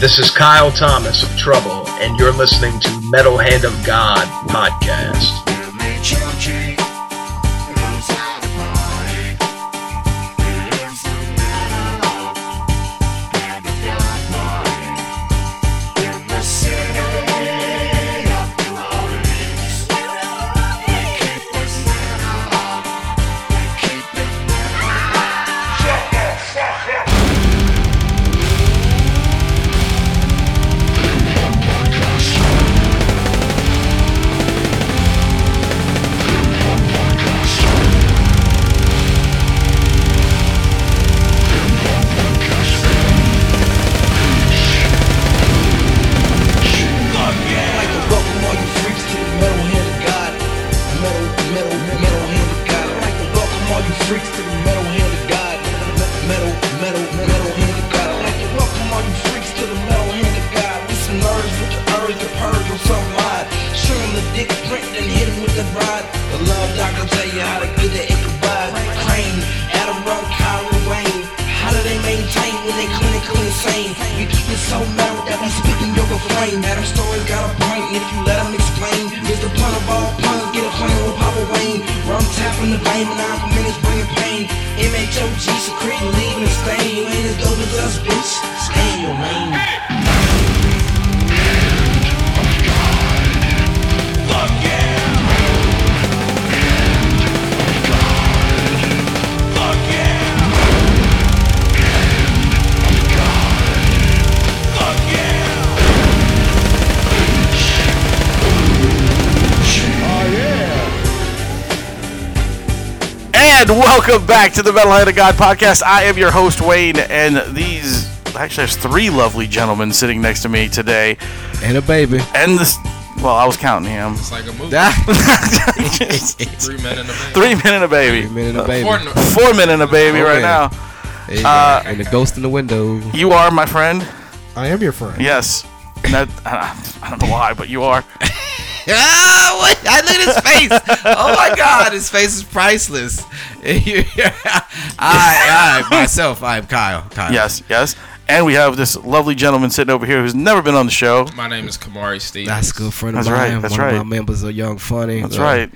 This is Kyle Thomas of Trouble, and you're listening to Metal Hand of God podcast. welcome back to the Metalhead of God podcast. I am your host Wayne, and these actually there's three lovely gentlemen sitting next to me today, and a baby, and this. Well, I was counting him. It's like a movie. three men and a baby. Three men and a baby. Three men and a baby. Uh, four, four, men and a baby okay. right now. Uh, and a ghost in the window. You are my friend. I am your friend. Yes. That, I don't know why, but you are. Ah, what? I look at his face. Oh my God, his face is priceless. I, I myself, I am Kyle. Kyle. Yes, yes. And we have this lovely gentleman sitting over here who's never been on the show. My name is Kamari Steve. That's a good friend of that's mine. Right, that's One right. of my members of Young Funny. That's uh, right.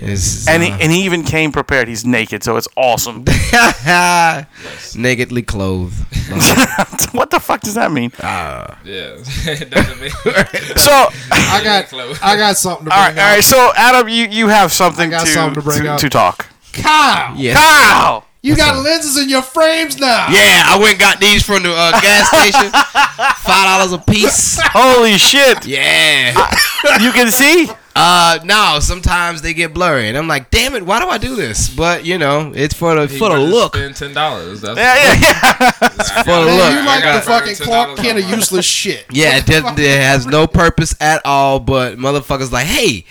Is, and, uh, he, and he even came prepared. He's naked, so it's awesome. yes. uh, Nakedly clothed. what the fuck does that mean? Uh, yeah. mean. so I got I got something to bring all right, up. All right, so Adam, you, you have something, to, something to, to, to talk. Kyle. Yes. Kyle. You What's got up? lenses in your frames now. Yeah, I went and got these from the uh, gas station. Five dollars a piece. Holy shit. Yeah. I, you can see. Uh, no. Sometimes they get blurry, and I'm like, damn it, why do I do this? But you know, it's for the you for the look. Spend ten dollars. Yeah, yeah, yeah. it's for the look. You like the fucking Clark Kent of useless shit. Yeah, it, does, it has no purpose at all. But motherfuckers like, hey.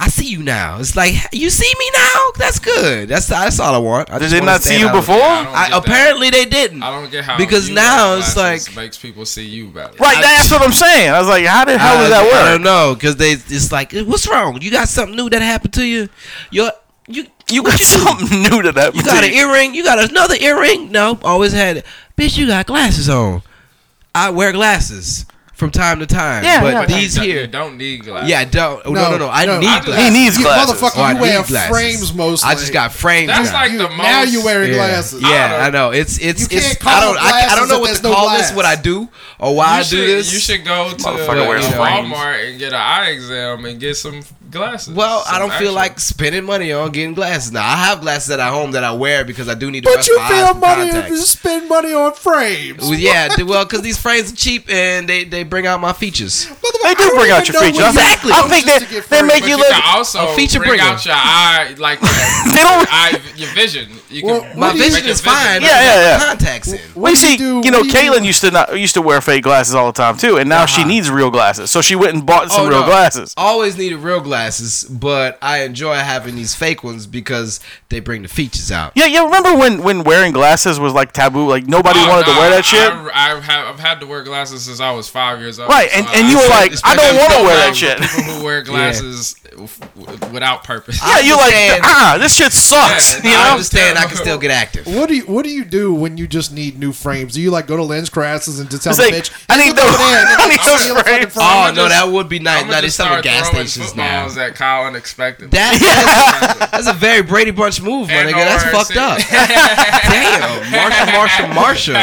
I see you now. It's like you see me now. That's good. That's that's all I want. I did they not see you before? I, apparently they didn't. I don't get how because now it's like makes people see you better. Right. I, that's what I'm saying. I was like, how the hell does that work? I don't know because they it's like, "Eh, what's wrong? You got something new that happened to you? You're you you got you something new to that. You got an earring. You got another earring. Nope. Always had it. Bitch, you got glasses on. I wear glasses from time to time. Yeah, but, yeah, but these here don't need glasses. Yeah, don't. No, no, no. no I no, need I glasses. He needs you glasses. Motherfucker, oh, you wear glasses. frames mostly. I just got frames. That's now. like the most. Now you're wearing yeah. glasses. Yeah, I, I know. It's it's it's. I don't. I, I, don't know what to call no this. What I do or why you I should, do this. You should go to Walmart and get an eye exam and get some glasses. Well, some I don't actual. feel like spending money on getting glasses. Now I have glasses at home that I wear because I do need to. But you feel money you spend money on frames. yeah, well, because these frames are cheap and they they bring out my features. They do bring out your features. Exactly. I think they, they make But you you look. can also a feature bring bringer. out your eye, like your, They don't- your eye, your vision. You Well, can My What do you- vision make is your vision- fine. Yeah, yeah, yeah. Contacts in. We do you see, do- you know, what do Uh-huh. you Caitlin used to not used to wear fake glasses all the time too, and now she needs real glasses, so she went and bought some Oh, real no. glasses. Always needed real glasses, but I enjoy having these fake ones because they bring the features out. Yeah, yeah. Remember when when wearing glasses was like taboo? Like nobody Oh, wanted to no, wear that shit. I, I've, had, I've had to wear glasses since I was five years old. Right, and- so and I- you were I- like, I don't wanna especially wear that with shit. People who wear glasses w- w- without purpose. yeah, you're like, understand. ah, this shit sucks. Yeah, you I know. understand I can still get active. What do you What do you do when you just need new frames? Do you like go to lens crasses and just tell It's the like, bitch? I need those. I need Steal those a fucking frames. frame. Oh I'ma no, just- that would be nice. I'm Now gonna they just sell at start gas throwing stations now. footballs at Kyle unexpected. That that's, that's a very Brady Bunch move, my And nigga. That's or fucked sit- up. Damn, Marsha, Marsha,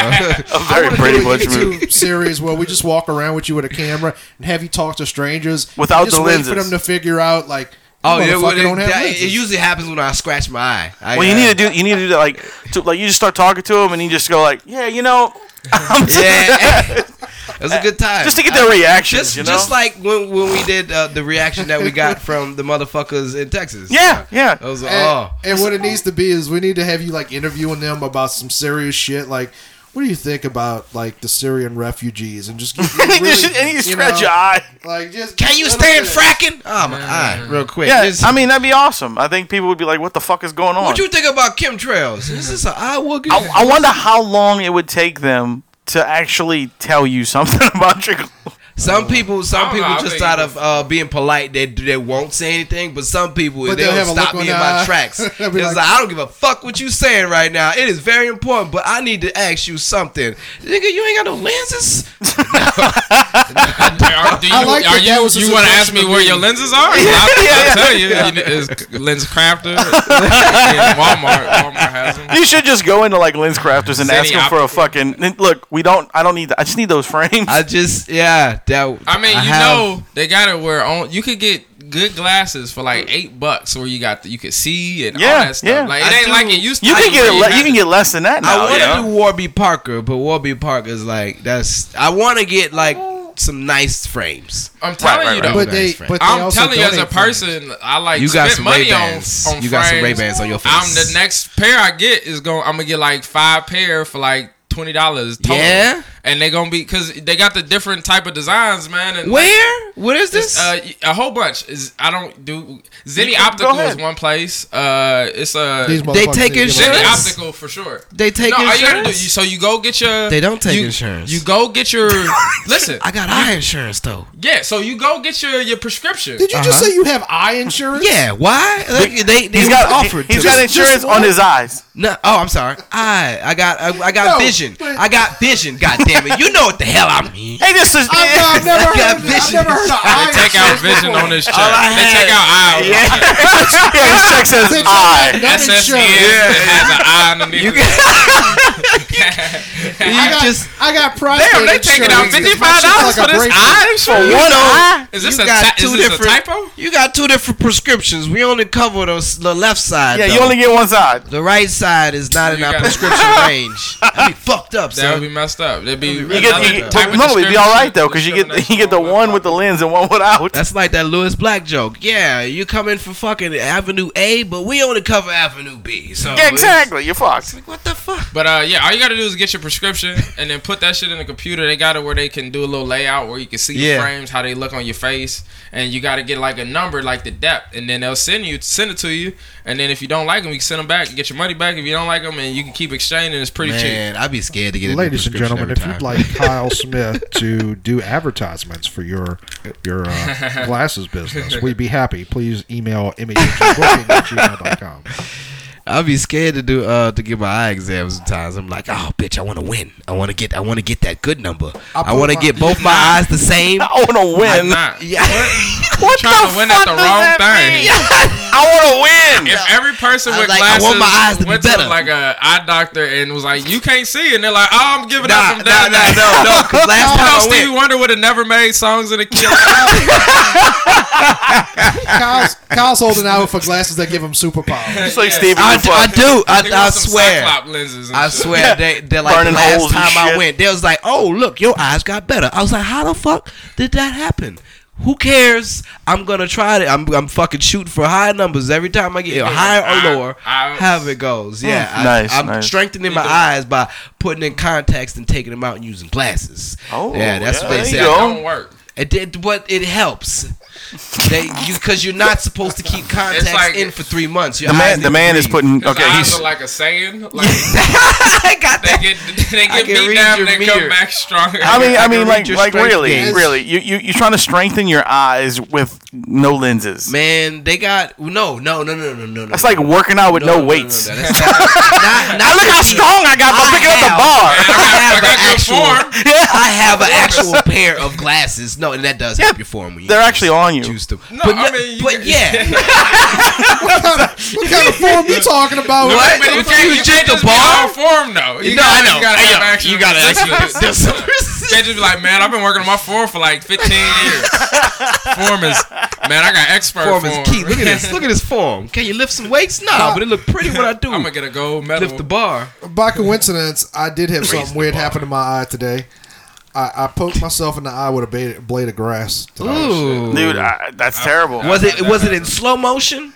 Marsha. A very Pretty pretty Bunch movie. YouTube series where we just walk around with you with a camera and have you talk to strangers and Without just the wait for lenses. them to figure out like. Oh yeah, well, well, it, don't have that- lenses. it usually happens when I scratch my eye. I, Well, you uh, need to do. You need to do that. Like, to, like you just start talking to him, and you just go like, "Yeah, you know." I'm just, Yeah, it was a good time. just to get their reactions, Just, you know. just like when, when we did uh, the reaction that we got from the motherfuckers in Texas. yeah, yeah. It was like, And, oh. and what it needs to be is we need to have you like interviewing them about some serious shit. Like, what do you think about like the Syrian refugees and just and you, just- and you scratch your eye. Like, just Can you let stand them- fracking? Oh my eye, real quick. Yeah, This- I mean that'd be awesome. I think people would be like, "What the fuck is going on?" what you think about chemtrails? Is this an eye woogie? I, I wonder how long it would take them to actually tell you something about trickle. Some people, some I don't know, people I just think- out of uh, being polite, they they won't say anything. But some people, But they they'll will have a stop look me in on the my eye. tracks. They'll It's be like, like- I don't give a fuck what you saying right now. It is very important, but I need to ask you something, nigga. You ain't got no lenses. Are, do you, I like are that that you, was his you want to ask impression me of where me. your lenses are? I'll, I'll tell you. You know, It's lens crafter. Yeah, Walmart. Walmart has them. You should just go into like lens crafters and Is ask any them op- for a fucking look. We don't. I don't need. that. I just need those frames. I just, yeah, that. I mean, you have- know, they got it where on you could get good glasses for like eight bucks, where you got the, you could see and all Yeah, that stuff. yeah. Like it I ain't do- like it used to. you be can get. where a le- had you can to- get less than that I now. want you to know? do Warby Parker, but Warby Parker is like that's. I want to get like some nice frames. I'm telling Right, you right, though. But they, Nice, right. but they I'm also telling you, as a donate frames. person, I like You got spent some money on, Ray-Bans. on You got some frames. Ray-Bans on your face. I'm the next pair I get is going. I'm gonna get like five pair for like twenty dollars. Yeah? and they gonna be because they got the different type of designs, man. And Where? What is this? Uh, a whole bunch is I don't do Zinni Go Optical is ahead. one place. Uh, it's a These They motherfuckers take need to his give Zinni up. Insurance? Optical for sure. they take no, all you gotta do, you, insurance. so you go get your. They don't take you- insurance. You go get your. listen, I got eye insurance though. yeah. So you go get your your prescription. Did you just say you have eye insurance? Yeah, why? They, they, they He's was got offered. offered. He's to got me. insurance on his eyes. no, oh, I'm sorry. I I got I, I got No, vision. but- I got vision. God damn it! You know what the hell I mean? Hey, this is. I've, I've never I got heard. I've vision. never heard of They eye take out insurance vision before. on his check. I They had- take out eye. on yeah. his check. yeah, his check says They take out I. nut SSN insurance. has an eye underneath. You You can- You I got, just I got prostate Damn, they taking out insurance. fifty My five shit's like dollars for a this bracelet. eye insurance. One eye. Is this you a got ty- two is this a different typo? You got two different prescriptions. We only cover those, the left side. Yeah, though. you only get one side. the right side is not in You our got- prescription range. That'd be fucked up, That would son. be messed up. That'd be That'd be You get, another you get, type of no, it'd be all right discrimination- though, because you get you discrimination get the on one with the lens and one without. That's like that Lewis Black joke. Yeah, you come in for fucking Avenue A, but we only cover Avenue B. So Yeah, exactly. You're fucked. What the fuck? But uh, yeah, all you gotta do is get your prescription and then put that shit in the computer. They got it where they can do a little layout where you can see Yeah. the frames, how they look on your face, and you gotta get like a number, like the depth, and then they'll send you send it to you. And then if you don't like them, you can send them back and get your money back. If you don't like them, and you can keep exchanging. It's pretty cheap. Man, I'd be scared to get a new Ladies and prescription gentlemen, every if you'd like time. Kyle Smith to do advertisements for your your uh, glasses business, we'd be happy. Please email mehbooking@gmail.com. I'd be scared to do uh to get my eye exams sometimes. I'm like, oh bitch, I want to win. I want to get. I want to get that good number. I put want to my- get both my eyes the same. I want to I'm win. not Yeah. What trying to win at the fuck does wrong that thing. mean? I want to win. If every person I with like- I glasses want my eyes to be went better. to like a eye doctor and was like, "You can't see," and they're like, "Oh, I'm giving Nah, out nah, some down nah, Oh, no, no. 'cause last You know, time I Stevie went, Wonder would have never made songs in a kid. Kyle's, Kyle's holding out for glasses that give him superpowers. It's like Stevie. I, the fuck. I do. They I, I want some swear. Cyclop lenses and I shit. swear. They, they're like Burning the last holes and time I shit. went. They was like, oh look, your eyes got better. I was like, how the fuck did that happen? Who cares? I'm gonna try it. I'm, I'm fucking shooting for high numbers every time I get higher or lower. I- I- However it goes, yeah. Hmm. I, Nice, I'm nice. strengthening my eyes by putting in contacts and taking them out and using glasses. Oh, yeah, that's yeah, what they there say. you go. don't work. It did, but it helps. They you because you're not supposed to keep contacts like- in for three months. Your the eyes man. need The to man is breathe. putting. His Okay, eyes he's. are like a sand. Like I got they that. get they I get can beat read down, your and they mirror. come back stronger. I mean, I can mean, read like, your like strength really, gaze. really, you you you're trying to strengthen your eyes with no lenses. Man, they got no, no, no, no, no, no. no. That's like working out with no, weights. No, no, no, that's not, not, not I look how physique. strong I got by I picking up at the have- bar. I I have got an good form. actual. I have an actual pair of glasses. No, and that does help your form when you They're use- actually on you. Juice them. No, but I mean, you but can- yeah, what, kind of, what kind of form you talking about? No, What? But you If can't, you you drink can't just a be bar? on form though. You No, I know, gotta- You gotta I have know. actual You gotta resistance. actually- there's some You can't just be like, man, I've been working on my form for like 15 years. Form is, man, I got expert form. form is key. Look at this. Look at this form. Can you lift some weights? No, but it look pretty when I do. I'm gonna get a gold medal. lift the bar. By coincidence, I did have something weird happen to my eye today. I, I poked myself in the eye with a ba- blade of grass. Oh, today. Ooh. Dude, I, that's terrible. Was it was it in slow motion?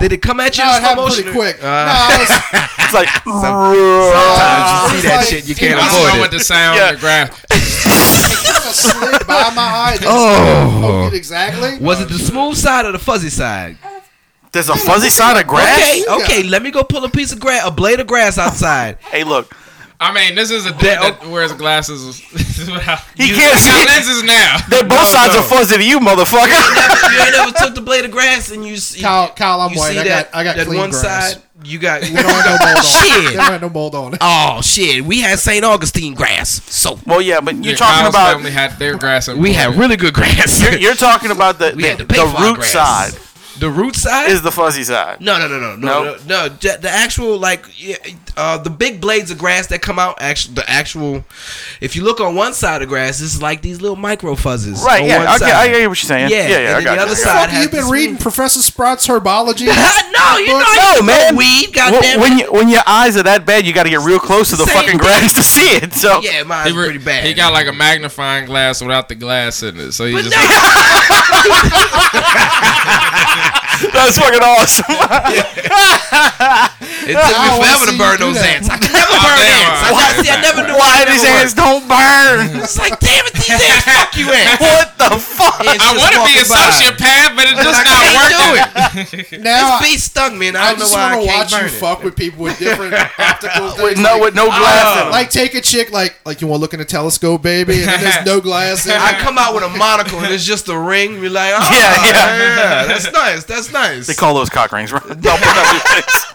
Did it come at you No, it in slow happened motion? Uh. pretty quick. no, I was, It's like sometimes You see that shit, you can't I avoid saw it. what the sound Yeah. of the graph. kind of slid by my eye. Oh, Oh. exactly. Was it the smooth side or the fuzzy side? there's a fuzzy side of grass. Okay, okay. Let me go pull a piece of grass, a blade of grass outside. Hey, look, I mean, this is a dude That- that wears glasses. without- He You- can't he got see. lenses now. they both sides are fuzzy to you, motherfucker. you ain't ever took the blade of grass and you see, Kyle, Kyle, I'm you white. see I that got, I got that clean one grass. side you got. We don't have no mold on. Shit. it. We don't have no mold on it. oh shit, we had St. Augustine grass, so well, yeah, but you're Yeah, talking Kyle's about family had their grass. in we Florida. had really good grass. you're, you're talking about the We had the, to pay the for our root grass. side the root side is the fuzzy side. No, no, no, no, no, No? no, no. The, the actual like yeah, uh, the big blades of grass that come out. Actually, the actual. If you look on one side of grass, it's like these little micro fuzzes. Right? on Yeah. one I, get, side. I get what you're saying. Yeah. Yeah, Yeah. and I got then the you. other I got you. side- Fuck, had you been this reading Professor Sprout's herbology? no, you But- know, No, no, man. man. Weed, Well, goddamn. when it. you, when your eyes are that bad, you got to get real close to the Same fucking thing. grass to see it. So yeah, mine's Oh, He, re- pretty bad. he got like a magnifying glass without the glass in it, so he But just. no, that's fucking awesome. it I took me wanna forever see to you burn do those that. ants. I could never burn Oh, damn. ants. I, Why- see, I never knew Why it these never hands don't burn? worked. It's like, damn it, these ants. Fuck you, ants. what the fuck? Ants I just want to be a walking by. sociopath, but it's just I not can't working. do it. Now This I, bee stung me, and I I don't know just why I want to can't watch burn you it. fuck with people with different optical things. No, like, with no glass oh, in 'em. like take a chick like like you want to look in a telescope, baby, and then there's no glass. In I it. come out with a monocle and it's just a ring. You're like, oh, Yeah, yeah, yeah. yeah, That's nice. That's nice. They call those cock rings. right? Don't put up your face.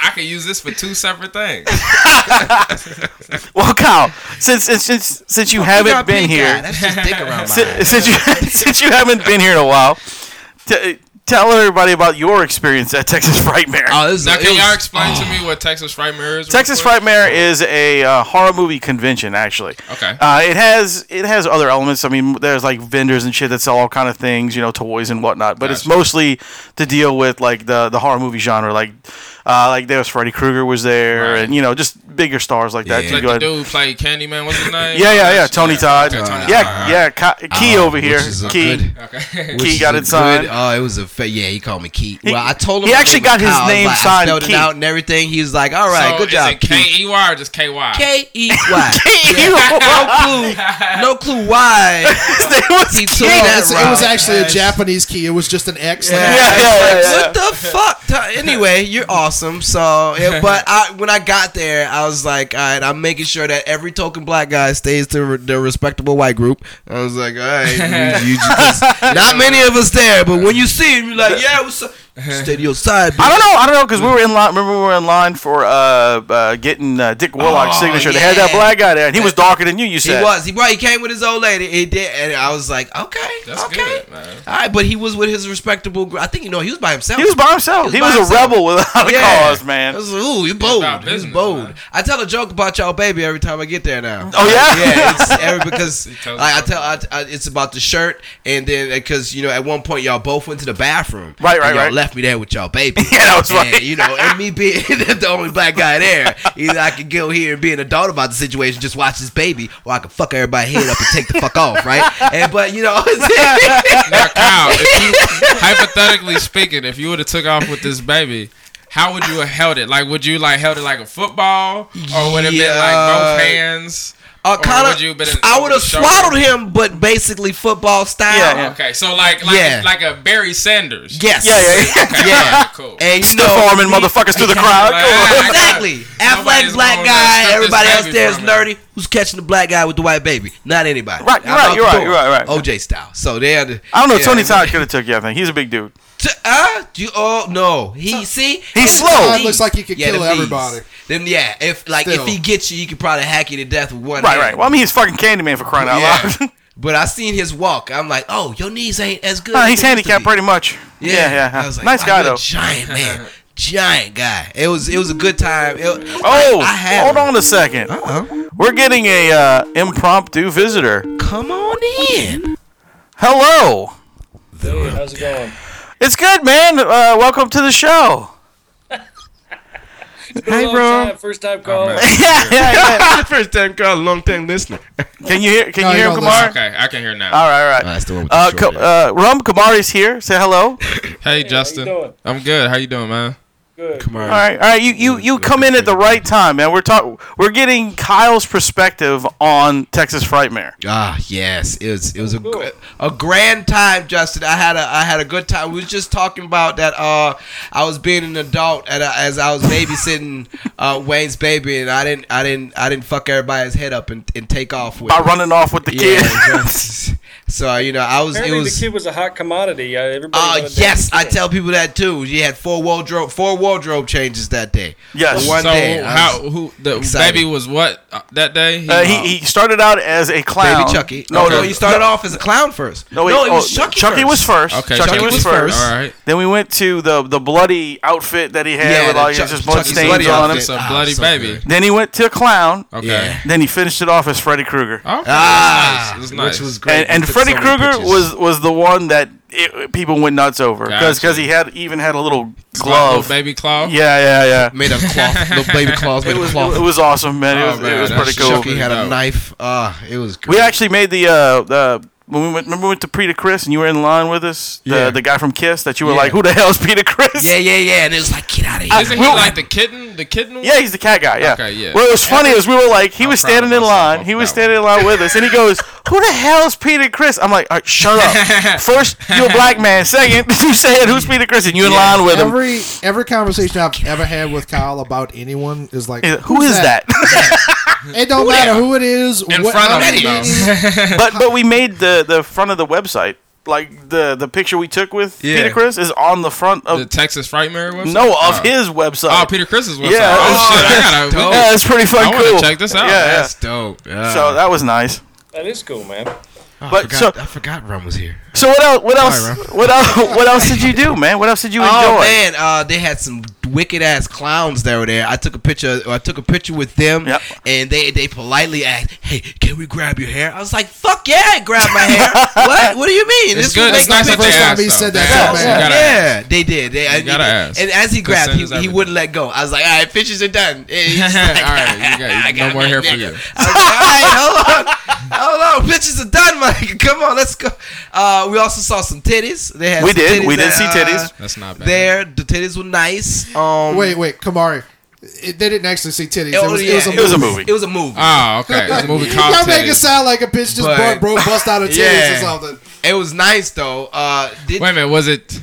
I could use this for two separate things. Well, Kyle, since since since, since you You haven't got been pink eye. here, That's just dick around my si- eyes. since you since you haven't been here in a while, t- tell everybody about your experience at Texas Frightmare. Oh, this is Now, it can was- oh. y'all explain to me what Texas Frightmare is? real Texas quick? Frightmare is a uh, horror movie convention, actually. Okay. Uh, it has it has other elements. I mean, there's like vendors and shit that sell all kind of things, you know, toys and whatnot. But it's Gotcha. mostly to deal with like the the horror movie genre. Like, uh, like there was Freddy Krueger was there, Right. and you know, just bigger stars like that. Yeah. You Like go the ahead- dude played Candyman. What's his name? Oh, Yeah, yeah, yeah. Tony Todd. Okay, Tony yeah, Todd. yeah. Ki- Oh, Key over here. Uh-huh. Which is a Key. good- Okay. which Key is got a it signed. good- Oh, it was a fa- yeah. He called me Key. Well, I told him he my actually name was got his Kyle. I was name like- I signed spelled Key. it out and everything. He was like, all right, So good is job, it K Key. E Y or just K Y? K E Y. Key. No clue. No clue why His name was he Key. took No, that it's- route. it was actually a Japanese key. It was just an X. like- Yeah. Yeah, yeah, yeah, What the fuck? Ty- Anyway, you're awesome. So, yeah, but I, when I got there, I was like, all right, I'm making sure that every token black guy stays to re- the respectable white group. I was like, all right, you, you just, not many of us there, but when you see him, you're like, yeah, what's up? Stay to your side. I don't know. I don't know because we were in line. Remember, we were in line for uh, uh getting uh, Dick Warlock's Oh, signature. They had that yeah. black guy there, and he was darker than you. You He said was. He brought. He came with his old lady. He did, and I was like, okay, That's okay. good, man. All right, but he was with his respectable. gr- I think you know he was by himself. He was by himself. He He was, was by a himself. rebel without a Yeah. cause, man. I was like, ooh, you bold. about He's business, bold. man. I tell a joke about y'all baby every time I get there now. Oh, yeah? yeah. It's every because tells like, I the tell I, I, it's about the shirt, and then because you know at one point y'all both went to the bathroom. Right, right, and y'all right. Left me there with y'all baby. Yeah, that was and, right. You know, and me being the only black guy there, either I could go here and be an adult about the situation, just watch this baby, or I could fuck everybody head up and take the fuck off, right? And but you know, Now, Kyle, if you, hypothetically speaking, if you would have took off with this baby, how would you have held it? Like, would you like held it like a football, or would it have been like both Yeah. hands? uh, Or would you kind have of, been an I would have shoulder? swaddled him, but basically football style. Yeah, yeah. Okay, so like like Yeah. like a Barry Sanders. Yes. yeah, yeah, yeah. Okay, Yeah. alright, cool. And you Stiff know, arming motherfuckers through the crowd. Right. Come on. Exactly. Nobody's Affleck black gonna stop guy. this Everybody else baby there is from it. nerdy. Who's catching the black guy with the white baby? Not anybody. Right, you're I'm right, out you're the right, door. you're right, right. OJ style. So they had. I don't know. Tony Todd could have took you. I think he's a big dude. T- uh, you, oh no, he see He's It's slow. the It bees. looks like he could kill the bees. everybody. Then yeah, if like Still. if he gets you, you could probably hack you to death with one. Right, hand. right. Well, I mean, he's fucking Candyman for crying out Yeah. loud. But I seen his walk. I'm like, oh, your knees ain't as good. Nah, he's as they used to handicapped be. pretty much. Yeah, yeah. I was like, nice wow, guy you a though. Giant man, giant guy. It was it was a good time. It- Oh, I, I had hold on a 2nd Uh-oh. We're getting a uh, impromptu visitor. Come on in. Hello. How's it going? It's good, man. Uh, welcome to the show. Hey, bro. first time call. yeah, yeah, yeah. Ah, First time call, long time listener. Can you hear? Can No, you you hear him, don't Kamar? Okay, I can hear now. All right, all right. That's the one with the Uh, short Ka- hair. uh, Rum Kamari's here. Say hello. Hey, how Justin. you doing? I'm good. How you doing, man? Good. All right, all right. You you, you come in at the right time, man. We're talk We're getting Kyle's perspective on Texas Frightmare. Ah yes, it was it was a gr- a grand time, Justin. I had a I had a good time. We was just talking about that. Uh, I was being an adult at a, as I was babysitting uh, Wayne's baby, and I didn't I didn't I didn't fuck everybody's head up and, and take off with. By it. running off with the Yeah, kid. just- so you know I was it Apparently, was. the kid was a hot commodity. Uh, everybody. Uh, wanted that yes, I kid. tell people that too. You had four wardrobe four wardrobe changes that day. yes. One so day, I how was who the excited. baby was what uh, that day? Uh, he, he started out as a clown. Baby Chucky. No, No, no, no, you started off as a clown first. No, wait, no it oh, was Chucky. Chucky first. was first. Okay, Chucky, Chucky was was first. All right. Then we went to the the bloody outfit that he had Yeah, with the all his Chuck- just blood Chucky's stains bloody on him. outfit. It's a Ah, bloody so baby. good. Then he went to a clown. Okay. Oh, Yeah. Then he finished it off as Freddy Krueger. Okay. Ah, That's nice. That's nice. Which was great. And, and We took Freddy so many Krueger pictures. was was the one that it, people went nuts over because Gotcha. he had even had a little Like glove. little baby claw. Yeah, yeah, yeah. made a cloth, little baby claws made It was, a cloth. it was awesome, man. It was, man, it was that's pretty cool. Chucky. Chucky had Dope. a knife. Ah, it was great. We actually made the uh, the when we went, remember we went to Peter Chris and you were in line with us. The, Yeah. the guy from Kiss that you were like, who the hell's Peter Chris? yeah, yeah, yeah. And it was like, get out of here. Isn't he like the kitten? The kitten? Yeah, he's the cat guy. Yeah. Okay, yeah. Well, it was funny is we were like, he I'm was proud standing of in myself line. off He was that one. standing in line with us, and he goes, "Who the hell's Peter Chris?" I'm like, All right, "Shut up! First, you a black man. Second, you said who's Peter Chris, and you in line with him. every every conversation I've ever had with Kyle about anyone is like, He's like, Who "Who's is that?" It don't matter who it is. In what- front of how him, many it though. is. but but we made the the front of the website like the the picture we took with Yeah. Peter Chris is on the front The of Texas Frightmare website? no Oh. of his website. Oh, Peter Chris's website. Yeah. uh, Oh, shit. I gotta. yeah, it's pretty I fucking want to cool. check this out. Yeah, yeah. That's dope. Yeah. So that was nice. That is cool, man. Uh, Oh, But Ah, I forgot, so- I forgot Rum was here. So what else? What else? what else? What else did you do, man? What else did you enjoy? Oh man, uh, they had some wicked ass clowns that were there. I took a picture. I took a picture with them, Yep. and they they politely asked, "Hey, can we grab your hair?" I was like, "Fuck yeah, I grab my hair." what? What do you mean? It's will good. make It's nice me that big." they first time asked, he said though. that Yeah, so You bad. gotta yeah, they did. They, I- gotta ask. And as he grabbed, same he, as he everything. wouldn't let go. I was like, "All right, fishes are done." And he's just like, All right, you got- I no more my hair for nigga. you. I was like, all right, hold on, hold on, bitches are done, Mike. Come on, let's go. Uh, we also saw some titties. They had We some did. We titties did see that, uh, titties. That's not bad. there. The titties were nice. Um, Wait, wait, Kamari. It, they didn't actually see titties. Oh, It oh, was, yeah, it was a It was a movie. movie. It was a movie. Oh, okay. It's a movie called Y'all make it Titties. sound like a bitch just But- bro, bro, bust out of titties Yeah. or something. it was nice though. Uh, did, Wait a minute. Was it?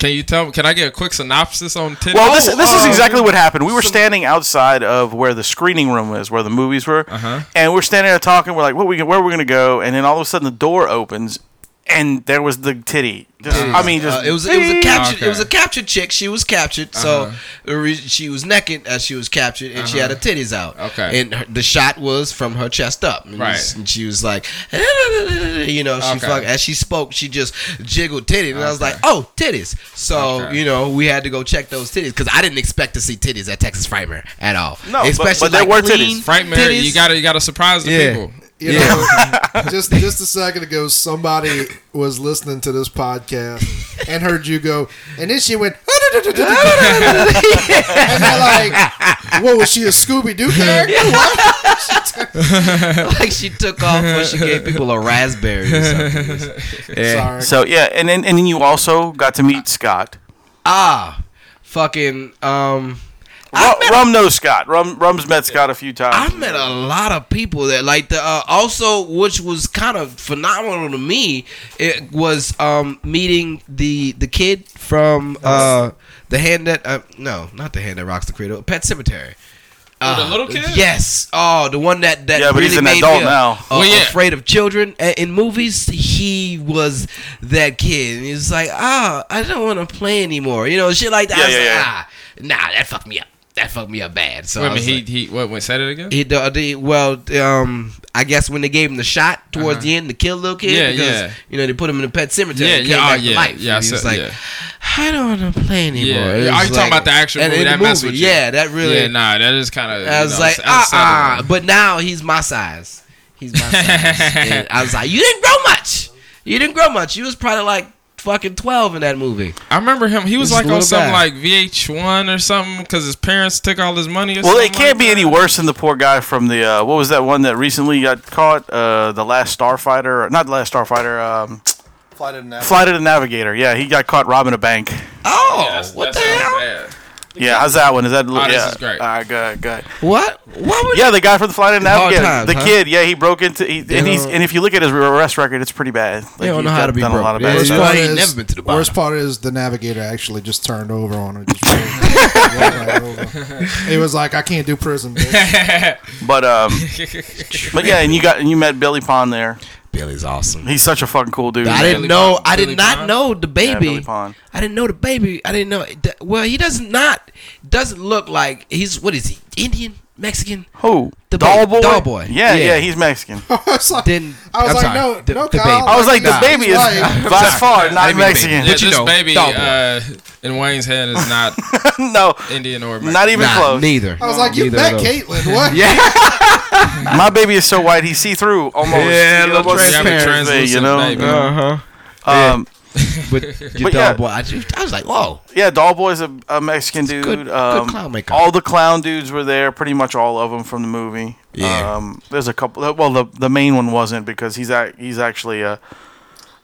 Can you tell? Can I get a quick synopsis on titties? Well, this, this is um, exactly what happened. We were standing outside of where the screening room is, where the movies were, Uh-huh. and we're standing there talking. We're like, "What we where are we gonna go?" And then all of a sudden, the door opens, and there was the titty. Just, I mean, just uh, it was it was a captured Okay. it was a captured chick. She was captured, so uh, re- she was naked as she was captured, and she had her titties out. Okay. and her, the shot was from her chest up. And it Right. was- and she was like, you know, she Okay. fuck as she spoke, she just jiggled titties, and I was like, oh, titties. So Okay. you know, we had to go check those titties because I didn't expect to see titties at Texas Frightmare at all. No, but- but there were titties. clean Frightmare. titties. You gotta you gotta surprise the Yeah. people. You know, just just a second ago, somebody was listening to this podcast and heard you go, and then she went, and they're like, "What was she a Scooby Doo character?" like she took off when she gave people a raspberry or something. Yeah. Sorry. so yeah. And then and then you also got to meet Scott. Ah, fucking um. I Rum, Rum knows Scott. Rum Rum's met Scott a few times. I met a lot of people that like the uh, also, which was kind of phenomenal to me. It was um meeting the the kid from uh the hand that uh, no, not the hand that rocks the cradle, Pet Cemetery. Oh, the little kid? Yes. Oh, the one that that Yeah, but really he's an made adult me, uh, now. uh, Well, yeah. Afraid of children A- in movies, he was that kid. And he's like, ah, I don't want to play anymore. You know, shit like that. Yeah, I was yeah, like, yeah. ah, nah, that fucked me up. That fucked me up bad. So Wait, I but was he like- he what went said it again? he the, the, well, um, I guess when they gave him the shot towards Uh-huh. the end to kill little kid, Yeah, because yeah. you know they put him in the pet cemetery. Yeah, and yeah, came oh, back to yeah, life. yeah, I And he was said- like, yeah. I don't want to play anymore. Yeah, It yeah, are was you talking like- about the actual and movie? in That the messed with you. Yeah, that really. yeah, nah, that is kind of. I was like, ah, uh but now he's my size. He's my size. And I was like, you didn't grow much. You didn't grow much. You was probably like fucking twelve in that movie. I remember him. He was This like on little something guy. like VH1 or something because his parents took all his money. Or Well, something it can't be like that. any worse than the poor guy from the uh, what was that one that recently got caught? Uh, the last Starfighter, not the last Starfighter, um, Flight of the Flight of the Navigator. Yeah, he got caught robbing a bank. Oh, That's- what that the sounds hell? bad. Yeah, how's that one? Is that? Oh, this yeah. is great. All right, good, good. What? What would? Yeah, the guy from the Flight of the Hard Navigator, times, the huh? kid. Yeah, he broke into. He, and he's don't- and if you look at his arrest record, it's pretty bad. Like, don't he's know how got- to be done a broke. lot of Yeah, bad it's stuff. why he ain't never been to the bottom. Worst part is the navigator actually just turned over on her. Just rolled right over. He was like, "I can't do prison." Bitch. But um, but yeah, and you got and you met Billy Pond there. Billy's awesome. He's such a fucking cool dude. I didn't Billy know. Pond- I did Billy not Pond? know the Yeah, baby. Billy Pond. I didn't know the baby. I didn't know. th- Well, he does not. Doesn't look like he's. What is he? Indian, Mexican? Who? The doll ba- boy. doll boy. Yeah, yeah, Yeah. he's Mexican. I was like, Didn't. I was I'm like, sorry, "No, the- no, the Kyle." I was like, Nah, the baby he's is right. by far not I mean, baby. Mexican. Yeah, But you this know, baby dog boy. uh, in Wayne's head is not no, Indian or Mexican. not even Nah, close. Oh. neither. I was like, "You Neither met of those. Caitlin? What?" Yeah, My baby is so white, he's see through almost. Yeah, He little almost see-through transparent. thing, you Translucent know. baby. uh huh. Um, But your But dog yeah. boy, I, just, I was like, whoa. yeah, Doll Boy's a, a Mexican dude. good- good um, clown maker. All the clown dudes were there, pretty much all of them from the movie. Yeah. Um, there's a couple. Well, the the main one wasn't because he's ac he's actually a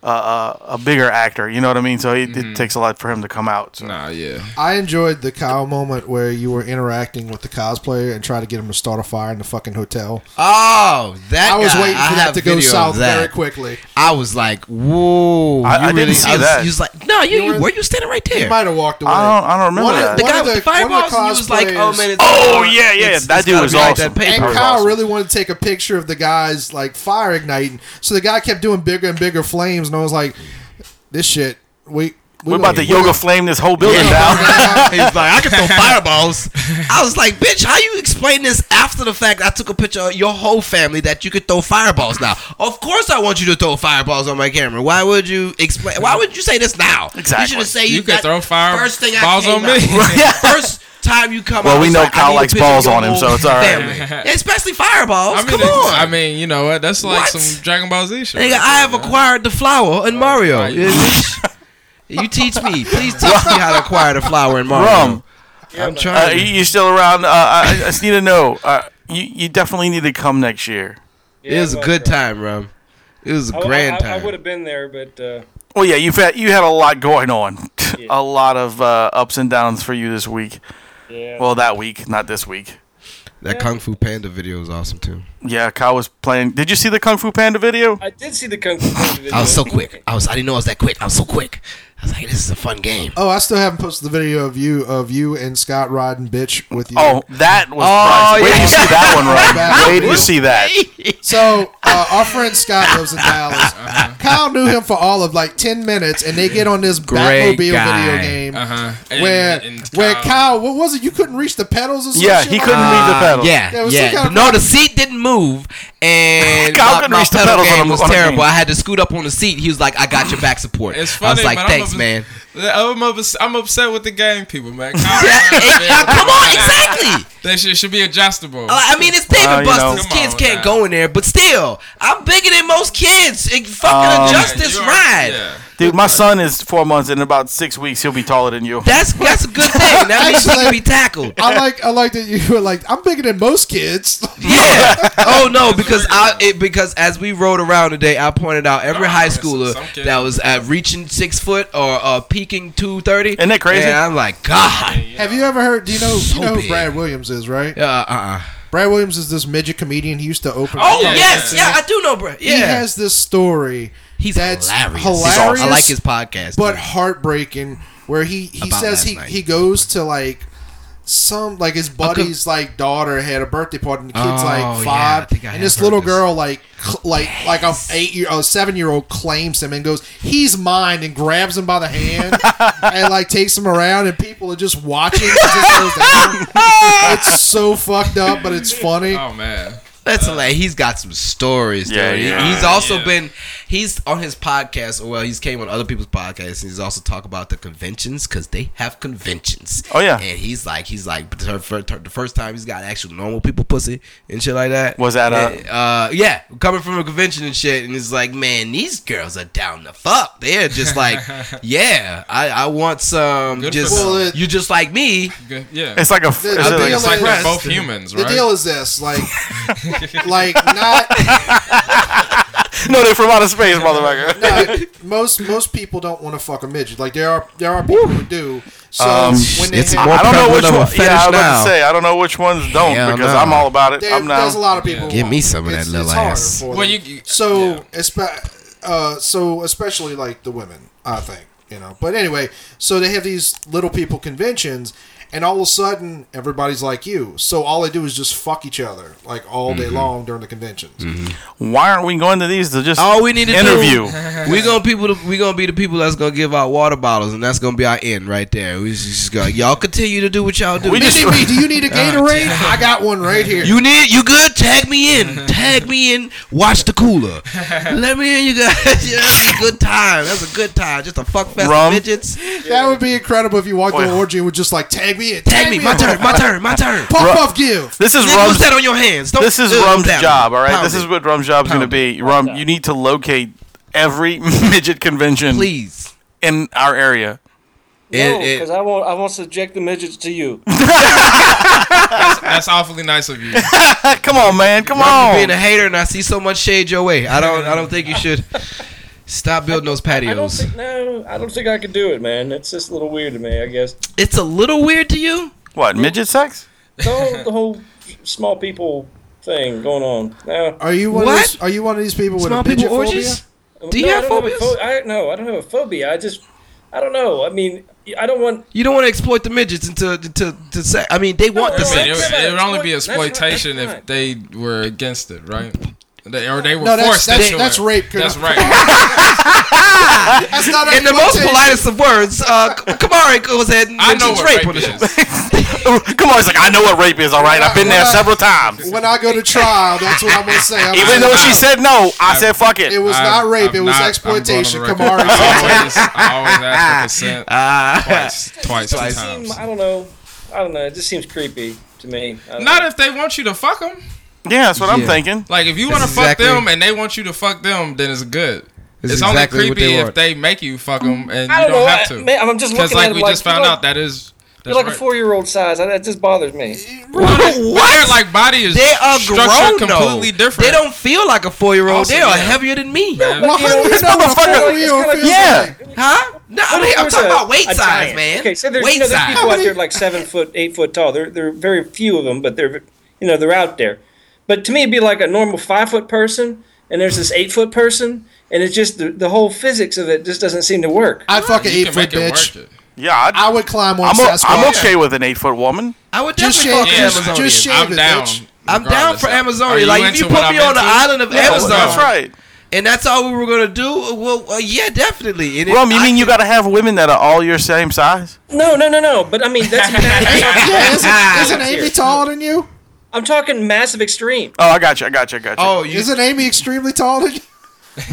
a, a, a bigger actor. You know what I mean? So it, it takes a lot for him to come out. So. Nah, yeah. I enjoyed the Kyle moment where you were interacting with the cosplayer and try to get him to start a fire in the fucking hotel. Oh, that. I was guy, waiting for I that have to go video of south that. very quickly. I was like, whoa. I- I you didn't really, see I was, that. He was like, no, you, You you were- were you standing right He there? might have walked away. Oh, I don't I don't remember One of that. the one guy of with the the- one of fireballs. the and he was like, oh cosplayers- man. It's Oh yeah, yeah, It's- that it's dude gotta was be like awesome. that paper. And That was Kyle awesome. really wanted to take a picture of the guy's like fire igniting, so the guy kept doing bigger and bigger flames, and I was like, "This shit, we we We're about to gonna- yoga flame this whole building down. He's like, I can throw fireballs. I was like, bitch, how you explain this after the fact? I took a picture of your whole family that you could throw fireballs now. Of course, I want you to throw fireballs on my camera. Why would you explain? Why would you say this now? Exactly. You should have said You could got- throw fire First thing I balls came on out- me. First time you come. Well, out, we it's know like, I Kyle need a likes picture of balls your on him, whole so it's all right. family. Especially fireballs. I mean, come it- on. I mean, you know what? That's like What? some Dragon Ball Z shit. Nigga, I have acquired the flower in Mario. right. Yeah, bitch. you teach me. Please teach me how to acquire the flower in Mario. Rum. I'm Uh, trying. you you still around? Uh, I, I just need to know. Uh, you, you definitely need to come next year. it was a good time, Rum. It was a I, grand I, I, time. would have been there, but uh, Well, yeah, you've had you had a lot going on, a lot of uh, ups and downs for you this week. yeah. Well, that week, not this week. That Kung Fu Panda video is awesome too. Yeah, Kyle was playing. Did you see the Kung Fu Panda video? I did see the Kung Fu Panda Oh, video. I was so quick. I was. I didn't know I was that quick. I was so quick. I was like, this is a fun game. Oh, I still haven't posted the video of you of you and Scott riding bitch with you. Oh, that was. Oh, Wait till you see that one, right? Wait till you see that. So uh, our friend Scott lives in Dallas. Kyle knew him for all of like ten minutes, and they get on this Great Batmobile guy. video game Uh huh. where where Kyle, what was it? You couldn't reach the pedals or Uh, something. Yeah, he couldn't read the pedal. Yeah, Yeah, it yeah. was some kind of- no, the seat didn't move, and Kyle my, couldn't my reach the pedal pedals on game a- was on a terrible. game. I had to scoot up on the seat. He was like, "I got your back support." It's I funny, was like, but "Thanks, I'm, man." I'm, ups- I'm upset with the game people, man. Kyle, Come on, exactly. Uh, Oh, That shit should be adjustable. I I mean, it's David Well, you know. Buster's. Come Kids on can't now. go in there, but still, I'm bigger than most kids. It fucking Um, adjust Yeah, this you are- ride. yeah. Dude, my son is four months, and in about six weeks, he'll be taller than you. That's that's a good thing. That means you can Actually- be tackled. I like I like that you were like I'm bigger than most kids. Yeah. Oh no, because I it, because as we rode around today, I pointed out every Nah, high some- schooler some kid- that was at reaching six foot or uh, peaking two thirty. Isn't that crazy? And I'm like, God. Have you ever heard? Do you know So you know who big. Brad Williams is? Right? Uh, uh, uh. Brad Williams is this midget comedian. He used to open. Oh Yeah. yes, yeah, I do know, bro. He Yeah, has this story. he's that's hilarious. hilarious. I like his podcast. but too. heartbreaking where he he About says last he night. he goes to like some like his buddy's like daughter had a birthday party and the kid's Oh, yeah, I like five think I have and this heard little this. girl like cl- like like a eight year a seven year old claims him and goes he's mine and grabs him by the hand and like takes him around and people are just watching it just goes down. it's so fucked up but it's funny Oh man. That's like he's got some stories. Yeah, dude. He- yeah. he's also Yeah. been he's on his podcast. Or well, he's came on other people's podcasts. And he's also talk about the conventions because they have conventions. Oh, Ah. yeah. and he's like he's like but the fir- the first time he's got actual normal people pussy and shit like that. Was that a- And, uh yeah coming from a convention and shit and it's like man these girls are down the fuck. They're just like yeah I I want some Good for just them. Well, it- you just like me. Good. Yeah. It's like a. Is it the like- deal It's like we're Yes. both humans, the right? deal is this like like not no, they're from outer space, motherfucker. No, most most people don't want to fuck a midget. Like there are there are people who do. So Um, when they it's have, more I don't know which prevalent of a one. Yeah, I was fetish about now. to say I don't know which ones don't Hell because no. I'm all about it. there, I'm there's a not. lot of people. who Give me won't. some of It's- that little it's harder ass. for well, them. you, you so yeah. espe- uh, so especially like the women, I think you know. But anyway, so they have these little people conventions, and all of a sudden everybody's like you. So all they do is just fuck each other like all day Mm-hmm. long during the conventions. Why aren't we going to these to just All we need to interview? do, we gonna people, to, we gonna be the people that's gonna give out water bottles, and that's gonna be our end right there. We just go, y'all continue to do what y'all do. We just- Mindy, me, do you need a Gatorade? I got one right here. you need, you good? Tag me in, tag me in. Watch the cooler. Let me in, you guys. Yeah, that's a good time. That's a good time. Just a fuck fest Rum. of midgets. that would be incredible if you walked to an Well- orgy and would just like tag me in. Tag me. My in. turn. My turn. My turn. Puff puff give. This is Nigga, What's Rum's. that on your hands? Don't- This is Ugh, Rum's down. job. All right, Pound this it. is what Rum's job's going to be. Rum, you need to locate every midget convention please. in our area. It- it- because I won't. I won't subject the midgets to you. that's awfully nice of you. Come on, man. Come I'm on. being a hater, and I see so much shade your way. I don't. I don't think you should stop building those I don't patios. think. No, I don't think I could do it, man. It's just a little weird to me. I guess. It's a little weird to you. What midget sex? The whole, the whole small people thing going on. No, Are you one What? of these, are you one of these people with Small a people midget phobia? orgies. Do you no, have I don't phobias? Have a pho- I no, I don't have a phobia. I just, I don't know. I mean, I don't want. You don't want to exploit the midgets into to to sex. I mean, they want the no, I mean, it, sex. would- it would only be That's right, exploitation that's if right. they were against it, right? They, or they were No, that's- forced that's- into that's it. rape, girl. That's right. That's not In the most exploitation. politest of words, uh, K- Kamari goes ahead and I know mentions rape. what on rape the show. is. Come on, he's like I know what rape is. All right, I've been there several times. When I go to trial, that's what I'm gonna say. I'm Even saying, though she said no, I said fuck it it. was I've- not rape, I've it was not- I'm exploitation. going on the record. Oh. Kamari, I always, I always ask for consent Ah. twice, twice, two I seem- times. I don't know. I don't know. It just seems creepy to me. I don't Not know. if they want you to fuck them. Yeah, that's what I'm thinking. Like if you want to That's exactly- fuck them and they want you to fuck them, then it's good. That's it's exactly only what creepy they if want. they make you fuck them and I you don't don't know. have I, to. man, I'm just Because looking like at it we like, just found you're out that is You're that's like right. a four-year-old size. I, that just bothers me. Well, Their like body is They are grown structured though. completely different. They don't feel like a four year old. Also, They are yeah. heavier than me. well, how do you know what a motherfucker- four-year-old It's feels Yeah. like? Huh? No, I mean, I'm There's talking a- about weight a size, giant. man. Okay, so there's, weight you know, there's size. people out there like seven foot, eight foot tall. There, there are very few of them, but they're, you know, they're out there. But to me, it'd be like a normal five foot person, and there's this eight foot person, and it's just the, the whole physics of it just doesn't seem to work. I'd fuck an You can make eight-foot it bitch. work. Yeah, I'd, I would climb one I'm, o- Sasquatch. I'm okay with an eight foot woman. I would Just definitely fuck shake an it. Amazonian. Just shake I'm it, down. bitch. I'm down regardless. for Are Amazonia. like if into you what put I'm me on the into? island of Amazon, That's right. and that's all we were gonna do. Well, uh, yeah, definitely. And if Rum, you I- mean you got to have women that are all your same size? No, no, no, no. But I mean, that's Yeah, massive. isn't, isn't Amy taller than you? I'm talking massive extreme. Oh, I got you. I got you. I got you. Oh, you Isn't Amy extremely tall than you?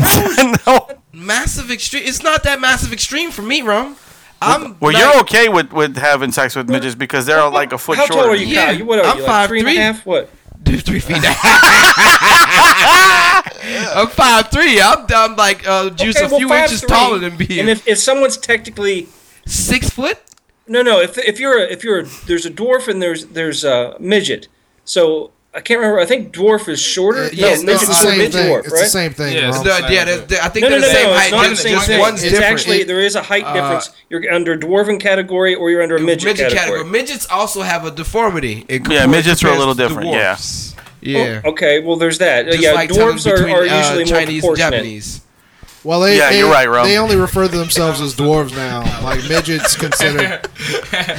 no. massive extreme. It's not that massive extreme for me, Rum. I'm Well, not- you're okay with, with having sex with midgets because they're Oh, like a foot How shorter. tall are you, Yeah, Kyle? You, what are I'm you, like three and a 5'3". half? What? Dude, three feet. I'm five three. I'm, I'm like uh, juice Okay, a well, few 5'3". inches taller than me. And if, if someone's technically Six foot. No, no. If, if you're a, if you're a, there's a dwarf and there's there's a midget. So I can't remember. I think dwarf is shorter. Yeah, no, midget's it's the shorter same than thing. dwarf, It's right? the same thing. Yeah, it's bro. the- No, yeah, that's, I think No, they're the no, no, no, same it's height. not the just same just thing. one's it's different. Uh, actually there is a height difference. You're under dwarven category or you're under a midget, midget category. category. Midgets also have a deformity. It Yeah, midgets are a compares little to different, yeah. dwarfs. Oh, Yeah. okay, well there's that. Just yeah, like dwarves dwarves are, are uh, usually more Chinese and proportionate. Japanese. Well, they, Yeah, they- you're right, Rob. They only refer to themselves as dwarves now. Like midgets considered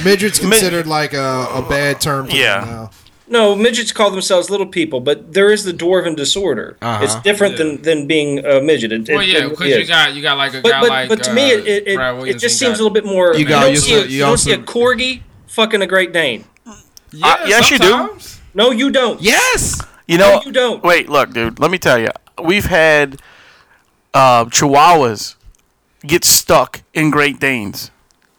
midgets considered like a, a bad term. For Yeah. them now. No, midgets call themselves little people, but there is the dwarven disorder. Uh-huh. It's different than, than being a midget. It, it- Well, yeah, it because is. you got you got like a But guy but, like. but to uh, me, it, it, Brad it, it Williams just and seems a little bit more. You, got- don't, you see, a, also- you you don't see a also- corgi fucking a Great Dane. Yeah, Uh, yes, you do. sometimes. No, you don't. Yes. You know, you don't. Wait, look, dude. Let me tell you. We've had uh, Chihuahuas get stuck in Great Danes,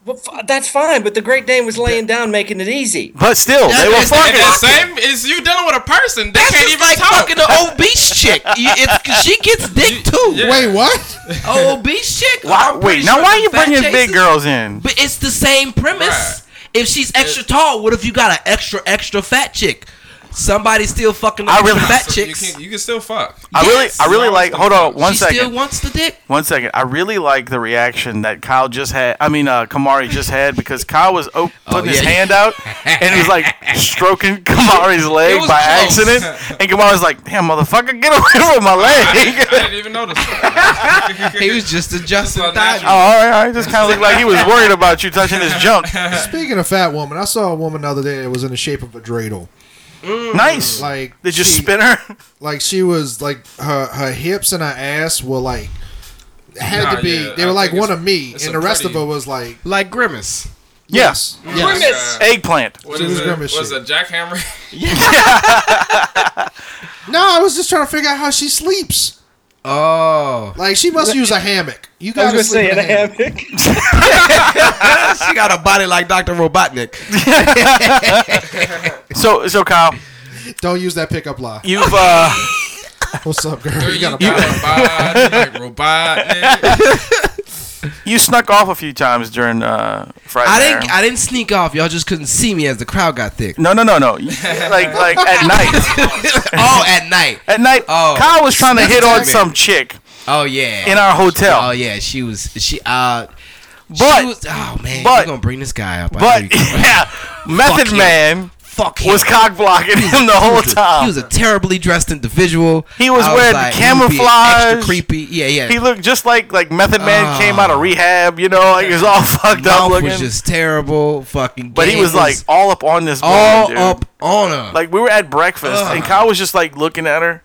Well, f- that's fine, but the Great Dane was laying down, making it easy. but still, they were that's- And that fucking. same is you dealing with a person. They That's can't just even like talk. fucking the obese chick. You, it's, she gets dick too. yeah. Wait, what? Oh, obese chick. Why, I'm pretty wait, now sure why are the you fat bringing chicks big is- girls in? But it's the same premise. If she's extra It- tall, what if you got an extra extra fat chick? Somebody still fucking the I extra really- fat So you, chicks. can, you can still fuck. I really, I really Yes. like. Hold on, one she second. still wants the dick. One second. I really like the reaction that Kyle just had. I mean, uh, Kamari just had because Kyle was op- putting his Oh, yeah. hand out and he was like stroking Kamari's leg was by close. accident, and Kamari was like, "Damn, motherfucker, get away from my I didn't, leg!" I didn't even notice. He was just adjusting Just that. Oh, all right, all right. Just kind of looked like he was worried about you touching his junk. Speaking of fat woman, I saw a woman the other day that was in the shape of a dreidel. Nice. Like Did you she- spin her? Like she was like her her hips and her ass were like had Nah, to be. yeah, they I were like think one it's- of me, it's and a the rest pretty- of it was like Like grimace. yes, yes. Grimace. Eggplant. uh, What She is was it? grimace What's a shit. jackhammer? No, I was just trying to figure out how she sleeps. Oh, Like she must use a hammock. You I gotta was gonna sleep say in in a a hammock. hammock. she got a body like Doctor Robotnik. So, so Kyle, Don't use that pickup line. you've uh, What's up, girl? You You got a got problem. a body like robot. nigga. you snuck off a few times during uh, Friday. I Night. didn't. I didn't sneak off. Y'all just couldn't see me as the crowd got thick. no, no, no, no. like, like at night. oh, at night. At night, Oh. Kyle was trying to hit on Snippet. some chick. Oh yeah. in our hotel. Oh yeah. She was. She. Uh. But- she was, oh man. but- you gonna bring this guy up? I knew but you- yeah, Method him. Man fuck him. was cock blocking him the whole He time. was a terribly dressed individual. He was I wearing he would be Extra camouflage. creepy. Yeah, yeah. He looked just like like Method Man came out of rehab, you know, like he was all fucked up Ah. Mouth looking. was just terrible. Fucking. but he game was like all up on this all woman, dude. up on her. Like we were at breakfast and Kyle was just like looking at her.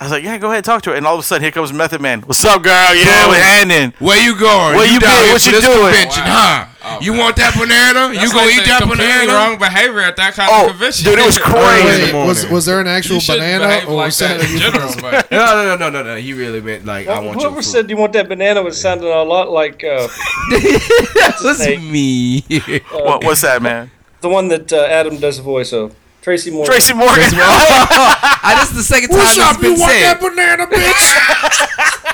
I was like, "Yeah, go ahead, talk to her." And all of a sudden, here comes Method Man. What's up, girl? Yeah, Bro. we're handing. Where you going? Where you down been? here What for you this doing? Convention, huh? you want that banana? That's you gonna like eat the that completely banana? Wrong behavior at that kind Oh, of convention. dude, it was crazy. Wait, was was there an actual You shouldn't banana behave or like was that? that in general, but No, no, no, no, no, no. He really meant like I want your Whoever food. said you want that banana was sounding a lot like uh, that was snake. me. What, what's that, man? the one that uh, Adam does the voice of, Tracy Morgan. Tracy Morgan. I, this is the second time What's it's up? You been want said. that banana, bitch?